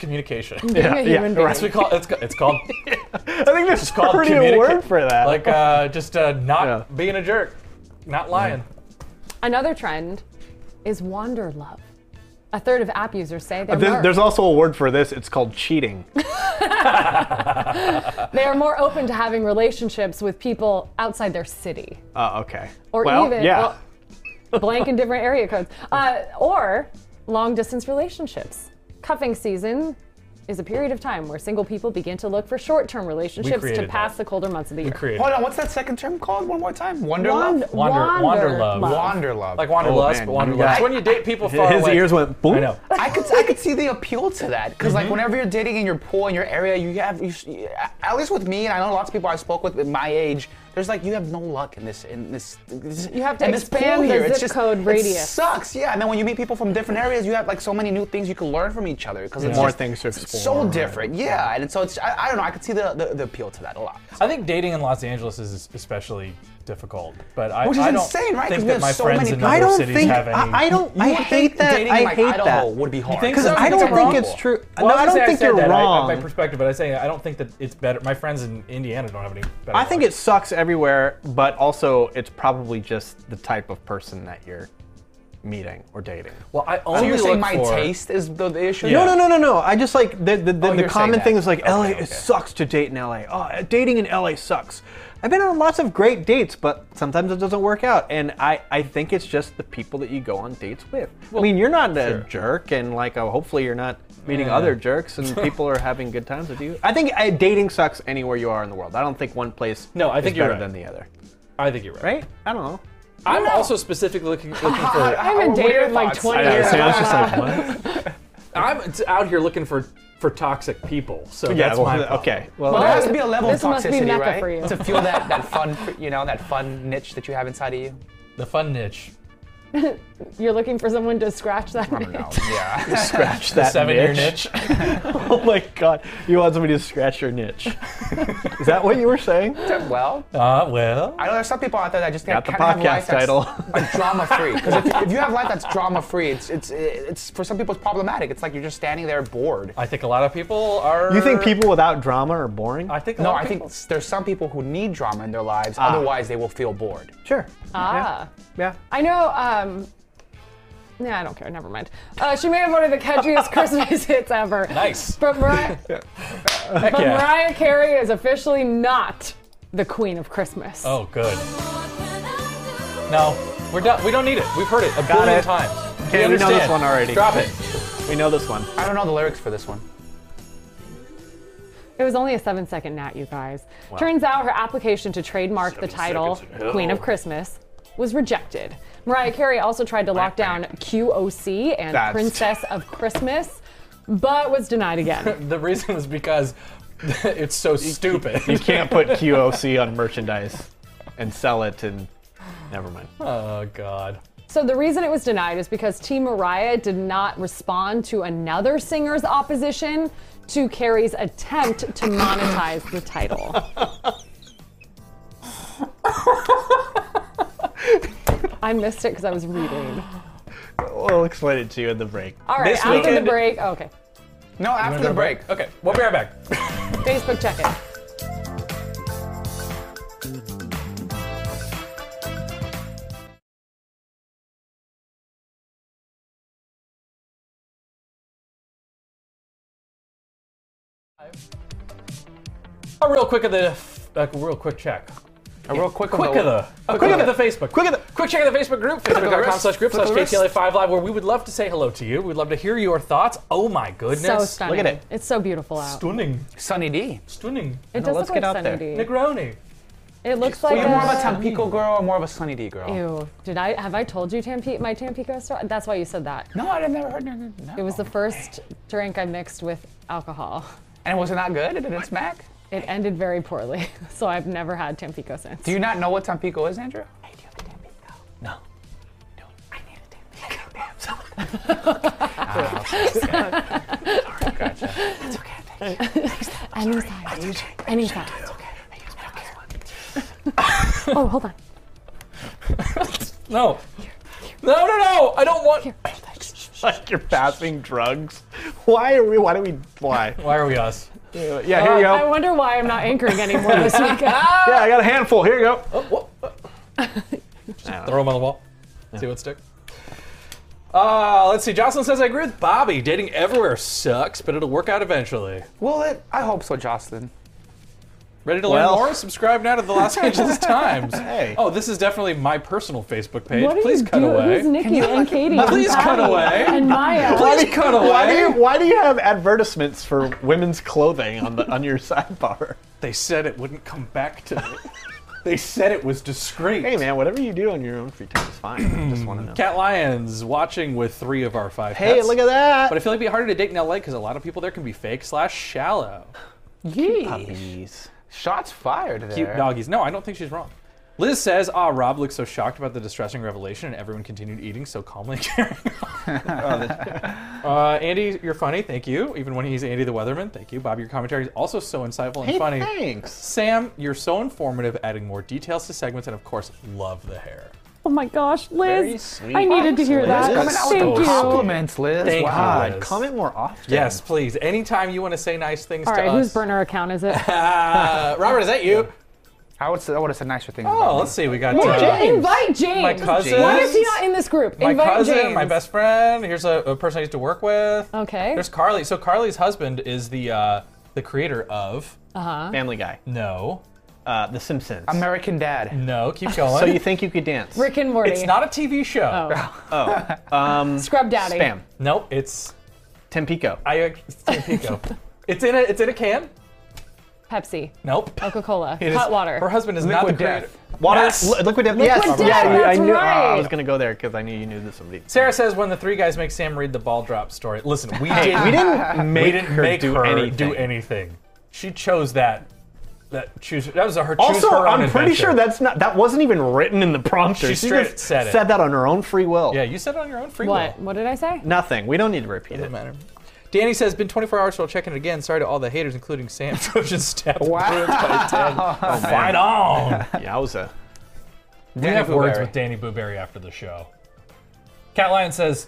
Speaker 2: [LAUGHS]
Speaker 4: communication.
Speaker 1: Being a human being.
Speaker 4: That's what we call. It's, it's called.
Speaker 1: [LAUGHS]
Speaker 2: I think there's
Speaker 4: It's called
Speaker 2: already a
Speaker 4: communica-
Speaker 2: word for that.
Speaker 4: Like uh, just uh, not
Speaker 2: Yeah.
Speaker 4: being a jerk, not lying.
Speaker 1: Another trend is wander love. A third of app users say they're,
Speaker 2: There-
Speaker 1: more,
Speaker 2: there's also a word for this. It's called cheating.
Speaker 1: they are more open to having relationships with people outside their city
Speaker 2: Uh,
Speaker 4: [LAUGHS]
Speaker 2: okay.
Speaker 1: or
Speaker 2: well,
Speaker 1: even
Speaker 2: yeah.
Speaker 1: well, blank in different area
Speaker 4: [LAUGHS]
Speaker 1: codes uh, or long distance relationships. Cuffing season is a period of time where single people begin to look for short term relationships to
Speaker 4: created
Speaker 1: pass
Speaker 4: that.
Speaker 1: the colder months of the year.
Speaker 4: Creative.
Speaker 3: Hold on, what's that second term called? One more time. Wander
Speaker 1: Wand-
Speaker 3: love.
Speaker 4: Wander- wander love.
Speaker 3: Wander love.
Speaker 4: Like wanderlust,
Speaker 2: Oh, man,
Speaker 4: but wanderlust.
Speaker 2: you guys-
Speaker 4: It's when you date people far
Speaker 2: His
Speaker 4: away.
Speaker 2: ears went boom.
Speaker 4: I know.
Speaker 3: I could I could see the appeal to that because
Speaker 4: Mm-hmm.
Speaker 3: like whenever you're dating in your pool in your area, you have you, at least with me and I know lots of people I spoke with at my age. There's like you have no luck in this in this. this
Speaker 1: You have to
Speaker 3: in this pool
Speaker 1: expand the
Speaker 3: here. It's
Speaker 1: zip
Speaker 3: just-
Speaker 1: code
Speaker 3: It
Speaker 1: radius.
Speaker 3: sucks, yeah. And then when you meet people from different areas, you have like so many new things you can learn from each other because it's
Speaker 2: More
Speaker 3: just
Speaker 2: things to
Speaker 3: so
Speaker 2: explore, right.
Speaker 3: different, yeah. And so it's I, I don't know. I could see the, the the appeal to that a lot.
Speaker 4: I think dating in Los Angeles is especially difficult. But I,
Speaker 3: Which is
Speaker 4: I don't
Speaker 3: insane, right? 'Cause
Speaker 4: think
Speaker 3: we
Speaker 4: that
Speaker 3: have
Speaker 4: my
Speaker 3: so
Speaker 4: friends
Speaker 3: many
Speaker 4: in
Speaker 3: people.
Speaker 4: other
Speaker 2: I don't
Speaker 4: cities
Speaker 2: think
Speaker 4: have any.
Speaker 2: I, I don't I
Speaker 3: would
Speaker 2: hate
Speaker 3: think
Speaker 2: that
Speaker 3: dating
Speaker 2: I
Speaker 3: Mike
Speaker 2: hate
Speaker 3: Idaho
Speaker 2: that
Speaker 3: would be hard.
Speaker 4: think
Speaker 2: because
Speaker 4: so?
Speaker 2: I
Speaker 4: You
Speaker 2: don't
Speaker 4: think
Speaker 2: think
Speaker 4: I'm wrong?
Speaker 2: it's true.
Speaker 4: Well,
Speaker 2: no,
Speaker 4: I
Speaker 2: I
Speaker 4: wouldn't
Speaker 2: don't
Speaker 4: say
Speaker 2: think
Speaker 4: said
Speaker 2: you're
Speaker 4: that. I- I,
Speaker 2: wrong.
Speaker 4: my perspective, but I say I don't think that it's better. My friends in Indiana don't have any. better
Speaker 2: I think
Speaker 4: luck.
Speaker 2: it sucks everywhere, but also it's probably just the type of person that you're meeting or dating.
Speaker 4: Well, I
Speaker 3: So
Speaker 4: only
Speaker 3: you're saying
Speaker 4: look
Speaker 3: my
Speaker 4: for-
Speaker 3: taste is the, the issue?
Speaker 4: Yeah.
Speaker 2: No, no, no, no, no. I just like the the, the,
Speaker 3: Oh,
Speaker 2: the
Speaker 3: you're saying
Speaker 2: common
Speaker 3: that.
Speaker 2: thing is like LA.
Speaker 3: okay.
Speaker 2: It sucks to date in LA. Oh, dating in LA sucks. I've been on lots of great dates, but sometimes it doesn't work out. And I, I think it's just the people that you go on dates with. I mean, you're not a jerk, and like oh, hopefully you're not meeting
Speaker 4: Yeah.
Speaker 2: other jerks, and people are having good times with you. I think uh, dating sucks anywhere you are in the world. I don't think one place
Speaker 4: No, I
Speaker 2: is
Speaker 4: think you're
Speaker 2: better
Speaker 4: right.
Speaker 2: than the other.
Speaker 4: I think you're right.
Speaker 2: Right? I don't know.
Speaker 4: I'm also specifically looking, looking for.
Speaker 1: I've been
Speaker 3: what are your
Speaker 1: dating like
Speaker 3: thoughts?
Speaker 1: 20
Speaker 3: I know,
Speaker 1: years.
Speaker 2: I was just like, what?
Speaker 4: I'm t- out here looking for for toxic people. So
Speaker 2: Yeah,
Speaker 4: that's
Speaker 2: well,
Speaker 4: my problem.
Speaker 2: okay. Well,
Speaker 3: There has to be a level
Speaker 1: This
Speaker 3: of
Speaker 1: must be
Speaker 3: toxicity,
Speaker 1: Mecca
Speaker 3: right?
Speaker 1: for you.
Speaker 3: To fuel that,
Speaker 1: [LAUGHS]
Speaker 3: that fun, you know, that fun niche that you have inside of you.
Speaker 4: The fun niche.
Speaker 1: You're looking for someone to scratch that.
Speaker 3: [LAUGHS]
Speaker 1: itch.
Speaker 2: [LAUGHS]
Speaker 3: Yeah.
Speaker 2: scratch that
Speaker 4: Seven year
Speaker 2: niche.
Speaker 4: niche. [LAUGHS]
Speaker 2: [LAUGHS] Oh my god, you want somebody to scratch your [LAUGHS] niche. Is that what you were saying?
Speaker 3: well,
Speaker 4: Ah, well.
Speaker 3: I know there's some people out there that just
Speaker 2: Got the
Speaker 3: kinda have
Speaker 2: podcast
Speaker 3: life that's-
Speaker 2: title.
Speaker 4: [LAUGHS]
Speaker 3: Like drama free. Because if, if you have life that's drama free, it's it's it's for some people it's problematic. It's like you're just standing there bored.
Speaker 4: I think a lot of people are.
Speaker 2: You think people without drama are boring?
Speaker 4: I think a
Speaker 3: No,
Speaker 4: lot
Speaker 3: I
Speaker 4: of
Speaker 3: think
Speaker 4: people. Ah.
Speaker 3: there's some people who need drama in their lives. Otherwise, they will feel bored.
Speaker 2: sure.
Speaker 1: [LAUGHS] Ah.
Speaker 2: Yeah.
Speaker 1: I know. Um, nah, I don't care. Never mind. Uh, she may have one of the
Speaker 4: [LAUGHS]
Speaker 1: catchiest Christmas hits ever.
Speaker 4: Nice.
Speaker 1: But
Speaker 4: [LAUGHS]
Speaker 1: Mariah,
Speaker 4: Heck
Speaker 1: but
Speaker 4: yeah.
Speaker 1: Mariah Carey is officially not the queen of Christmas.
Speaker 4: Oh, good. No, we're done. We don't need it. We've heard it a
Speaker 2: Got
Speaker 4: billion
Speaker 2: it.
Speaker 4: times.
Speaker 2: Okay, we know this
Speaker 4: understand.
Speaker 2: one already.
Speaker 4: Drop it.
Speaker 2: We know this one.
Speaker 3: I don't know the lyrics for this one.
Speaker 1: It was only a seven second nat, you guys. Turns out her application to trademark the title Queen of Christmas was rejected. Mariah Carey also tried to lock down QOC and
Speaker 2: That's-
Speaker 1: Princess of Christmas, but was denied again.
Speaker 4: The reason was because [LAUGHS] it's so stupid.
Speaker 2: You
Speaker 1: [LAUGHS]
Speaker 2: can't put QOC on merchandise and sell it and never mind.
Speaker 4: Oh God.
Speaker 1: so the reason it was denied is because Team Mariah did not respond to another singer's opposition to Carey's attempt to monetize the title. I missed it because I was reading.
Speaker 2: We'll explain it to you in the break.
Speaker 1: All right,
Speaker 4: This
Speaker 1: after the
Speaker 4: weekend-
Speaker 1: break. oh, okay,
Speaker 3: No, after the break.
Speaker 4: Okay, we'll be right back.
Speaker 1: Facebook check it.
Speaker 4: A real quick of the, a real quick check.
Speaker 3: A real quick,
Speaker 4: Quick of the, a quick of the Facebook.
Speaker 2: Quick of the-
Speaker 4: quick check of the Facebook group. Facebook.com
Speaker 3: wrist.
Speaker 4: slash group
Speaker 3: Quick
Speaker 4: slash
Speaker 3: of the wrist.
Speaker 4: KTLA5 Live, where we would love to say hello to you. We'd love to hear your thoughts. Oh my goodness.
Speaker 1: So stunning.
Speaker 2: Look at it.
Speaker 1: It's so beautiful out.
Speaker 4: Stunning.
Speaker 3: Sunny D.
Speaker 4: Stunning.
Speaker 1: it does
Speaker 2: let's
Speaker 1: look
Speaker 2: get out
Speaker 1: like Sunny D.
Speaker 2: there.
Speaker 4: Negroni.
Speaker 1: It looks
Speaker 3: Were
Speaker 1: like
Speaker 3: you more of a
Speaker 1: a-
Speaker 3: Tampico girl or more of a Sunny D girl?
Speaker 1: Ew. Did I have I told you Tampi- my Tampico story? That's why you said that.
Speaker 3: No, I've never heard. No, no, no.
Speaker 1: It was the first drink I mixed with alcohol.
Speaker 3: And was it not good? Did it smack?
Speaker 1: It ended very poorly, [LAUGHS] so I've never had Tampico since.
Speaker 3: Do you not know what Tampico is, Andrew?
Speaker 1: Any size. Any size. [LAUGHS] oh, hold on.
Speaker 4: No. No, no, no. I don't want.
Speaker 2: [LAUGHS] Like you're passing drugs. Why are we? Why do we? Why?
Speaker 4: Why are we us?
Speaker 2: Yeah, here you
Speaker 1: Oh, I
Speaker 2: go.
Speaker 1: wonder why I'm not anchoring anymore
Speaker 4: [LAUGHS]
Speaker 1: this week.
Speaker 2: Yeah, I got a handful. Here you go.
Speaker 1: Oh,
Speaker 4: Throw them on the wall. See what stick. Uh, let's see. Jocelyn says I agree with Bobby. Dating everywhere sucks, but it'll work out eventually.
Speaker 3: Will it? I hope so, Jocelyn.
Speaker 4: Ready to
Speaker 2: Well-
Speaker 4: learn more? Subscribe now to the Los [LAUGHS] Angeles Times.
Speaker 2: Hey.
Speaker 4: Oh, this is definitely my personal Facebook page.
Speaker 1: What do
Speaker 4: Please
Speaker 1: you
Speaker 4: cut
Speaker 1: do?
Speaker 4: away.
Speaker 1: Who's Nikki and Katie? and
Speaker 4: Please cut
Speaker 1: Patty
Speaker 4: away.
Speaker 1: And Maya.
Speaker 4: [LAUGHS] Please cut away.
Speaker 2: Why do you? Why do you have advertisements for women's clothing on the on your [LAUGHS] sidebar?
Speaker 4: They said it wouldn't come back to me. they said it was discreet.
Speaker 2: Hey man, whatever you do on your own free time is fine. I just want to know.
Speaker 4: Cat Lions watching with three of our five.
Speaker 2: Hey,
Speaker 4: pets.
Speaker 2: look at that.
Speaker 4: But I feel like it'd be harder to date in LA because a lot of people there can be fake slash shallow.
Speaker 3: Yeesh. Shots fired there.
Speaker 4: Cute doggies. No, I don't think she's wrong. Liz says, "Ah, Rob looked so shocked about the distressing revelation, and everyone continued eating
Speaker 2: [LAUGHS]
Speaker 4: so calmly." [LAUGHS] and carrying on." uh, Andy, you're funny. Thank you. Even when he's Andy the Weatherman, thank you. Bob, your commentary is also so insightful and
Speaker 2: Hey,
Speaker 4: funny.
Speaker 2: thanks.
Speaker 4: Sam, you're so informative, adding more details to segments, and of course, love the hair.
Speaker 1: Oh my gosh, Liz! I needed to hear
Speaker 2: Liz.
Speaker 1: that.
Speaker 2: Coming out with
Speaker 1: Thank
Speaker 4: those
Speaker 1: you.
Speaker 3: Compliments, Liz.
Speaker 4: Thank
Speaker 3: wow.
Speaker 4: you,
Speaker 2: God,
Speaker 4: Liz.
Speaker 2: comment more often.
Speaker 4: Yes, please. Anytime you want to say nice things
Speaker 1: All
Speaker 4: to
Speaker 1: right,
Speaker 4: us.
Speaker 1: whose burner account
Speaker 4: [LAUGHS]
Speaker 1: is it?
Speaker 4: Uh, Robert, is that [LAUGHS] you?
Speaker 3: I would say, I would have said nicer things.
Speaker 4: Oh,
Speaker 3: about
Speaker 4: let's
Speaker 3: me.
Speaker 4: see. We got
Speaker 1: Why
Speaker 4: uh,
Speaker 1: don't you invite James.
Speaker 4: my cousin.
Speaker 1: Why is he not in this group?
Speaker 4: my
Speaker 1: invite
Speaker 4: cousin,
Speaker 1: James.
Speaker 4: my best friend. Here's a, a person I used to work with.
Speaker 1: Okay.
Speaker 4: There's Carly. So Carly's husband is the uh, the creator of
Speaker 2: Family Guy,
Speaker 4: No,
Speaker 2: uh, The Simpsons.
Speaker 3: American
Speaker 4: [LAUGHS]
Speaker 3: Dad.
Speaker 4: no. Keep going.
Speaker 2: so you think you could dance?
Speaker 1: Rick and Morty.
Speaker 4: it's not a TV show.
Speaker 1: Scrub Daddy.
Speaker 2: Spam.
Speaker 4: Nope. It's
Speaker 2: Tempico.
Speaker 4: I. [LAUGHS] It's Tim Pico. it's in a. It's in a can.
Speaker 1: Pepsi.
Speaker 4: Nope.
Speaker 1: Coca Cola.
Speaker 4: It is-
Speaker 1: Hot water.
Speaker 4: Her husband is not
Speaker 3: Liquid
Speaker 4: the creator.
Speaker 3: death.
Speaker 2: Water.
Speaker 4: Yes.
Speaker 2: li- liquid death.
Speaker 1: Liquid
Speaker 2: yes.
Speaker 1: death,
Speaker 2: Yeah, I
Speaker 1: that's
Speaker 2: knew. I
Speaker 1: right.
Speaker 2: was gonna go there because I knew you knew that somebody.
Speaker 4: Sarah says when the three guys make Sam read the ball drop story. Listen, we did.
Speaker 2: we didn't make
Speaker 4: we didn't
Speaker 2: her
Speaker 4: make
Speaker 2: do
Speaker 4: her
Speaker 2: anything.
Speaker 4: do anything. She chose that. That choose. That was her. Choose
Speaker 2: Also,
Speaker 4: her own
Speaker 2: I'm pretty
Speaker 4: adventure.
Speaker 2: sure that's not. That wasn't even written in the prompter.
Speaker 4: She straight
Speaker 2: just
Speaker 4: said it.
Speaker 2: Said that on her own free will.
Speaker 4: Yeah, you said it on your own free will.
Speaker 1: What? What did I say?
Speaker 2: Nothing. We don't need to repeat
Speaker 4: Doesn't
Speaker 2: it.
Speaker 4: matter. Danny says, been 24 hours, so I'll check in again. Sorry to all the haters, including Sam [LAUGHS] Trojan Step. Wow. Right on.
Speaker 2: Yowza.
Speaker 4: we have words
Speaker 3: Blueberry.
Speaker 4: with Danny Booberry after the show. Cat Lion says,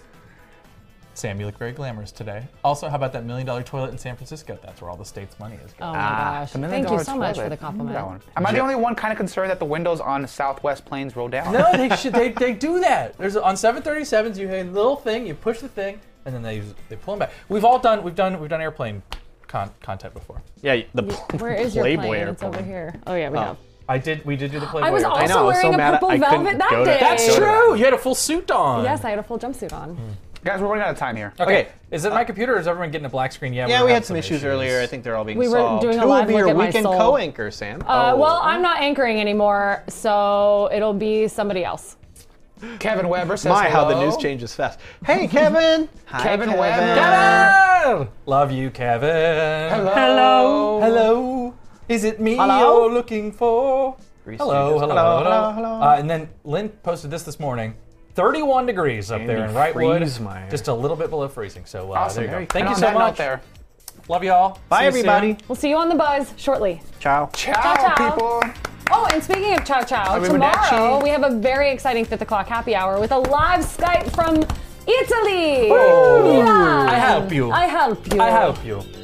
Speaker 4: Sam, you look very glamorous today. Also, how about that million dollar toilet in San Francisco? That's where all the state's money is
Speaker 1: Oh
Speaker 4: going.
Speaker 1: my gosh.
Speaker 3: The million
Speaker 1: Thank you
Speaker 3: dollar
Speaker 1: so much for
Speaker 3: toilet.
Speaker 1: the compliment.
Speaker 3: That one. Am I the only one kind of concerned that the windows on Southwest Plains roll down?
Speaker 4: No, they should. They, they do that. There's on 737s. You hit a little thing, you push the thing, and then they they pull them back. We've all done. We've done. We've done airplane con- content before.
Speaker 2: Yeah. The
Speaker 1: Where is your
Speaker 2: Playboy
Speaker 1: plane? It's over
Speaker 2: airplane.
Speaker 1: here. Oh yeah, we have.
Speaker 4: I did. We did do the Playboy.
Speaker 1: I was
Speaker 4: airplane.
Speaker 1: also
Speaker 2: know, I was
Speaker 1: wearing
Speaker 2: so
Speaker 1: a
Speaker 2: mad I-
Speaker 1: purple
Speaker 2: I couldn't
Speaker 1: velvet that
Speaker 2: go to-
Speaker 1: day.
Speaker 2: That's
Speaker 4: That's true. You had a full suit on.
Speaker 1: Yes, I had a full jumpsuit on.
Speaker 3: Guys, we're running out of time here.
Speaker 4: Okay.
Speaker 2: Okay.
Speaker 4: Is it my computer or is everyone getting a black screen? Yeah,
Speaker 2: Yeah,
Speaker 4: we're
Speaker 2: we had
Speaker 4: having
Speaker 2: some issues, earlier. I think they're all being
Speaker 1: We were
Speaker 2: solved.
Speaker 1: doing a
Speaker 2: Who will
Speaker 1: live
Speaker 2: be
Speaker 1: look
Speaker 2: your
Speaker 1: at my
Speaker 2: weekend
Speaker 1: soul.
Speaker 2: co-anchor, Sam?
Speaker 1: Uh,
Speaker 2: Oh.
Speaker 1: well, I'm not anchoring anymore, so it'll be somebody else.
Speaker 3: Kevin Weber says
Speaker 2: my, how the
Speaker 3: hello.
Speaker 2: news changes fast. Hey, Kevin. Hi,
Speaker 3: Kevin Webber.
Speaker 4: Kevin! Love you, Kevin.
Speaker 3: Hello.
Speaker 4: Hello. Is it me
Speaker 3: Hello?
Speaker 4: you're looking for? Hello, hello,
Speaker 2: Stooges.
Speaker 4: hello,
Speaker 2: Hello, hello, hello.
Speaker 4: Uh, and then Lynn posted this this morning. 31 degrees up there in
Speaker 2: Andy
Speaker 4: Wrightwood,
Speaker 2: Friesmeyer.
Speaker 4: just a little bit below freezing. So uh,
Speaker 3: Awesome.
Speaker 4: there you go.
Speaker 3: And
Speaker 4: Thank you
Speaker 3: on
Speaker 4: so
Speaker 3: that note
Speaker 4: much.
Speaker 3: There.
Speaker 4: Love y'all.
Speaker 2: Bye,
Speaker 4: See you soon.
Speaker 2: everybody.
Speaker 1: We'll see you on the buzz shortly.
Speaker 2: Ciao.
Speaker 3: Ciao,
Speaker 1: ciao.
Speaker 3: people.
Speaker 1: Oh, and speaking of Chow Chow,
Speaker 3: Arrivederci.
Speaker 1: tomorrow we have a very exciting 5 o'clock happy hour with a live Skype from Italy.
Speaker 4: Oh,
Speaker 1: Yeah.
Speaker 4: I help you.
Speaker 1: I help you.
Speaker 4: I help you.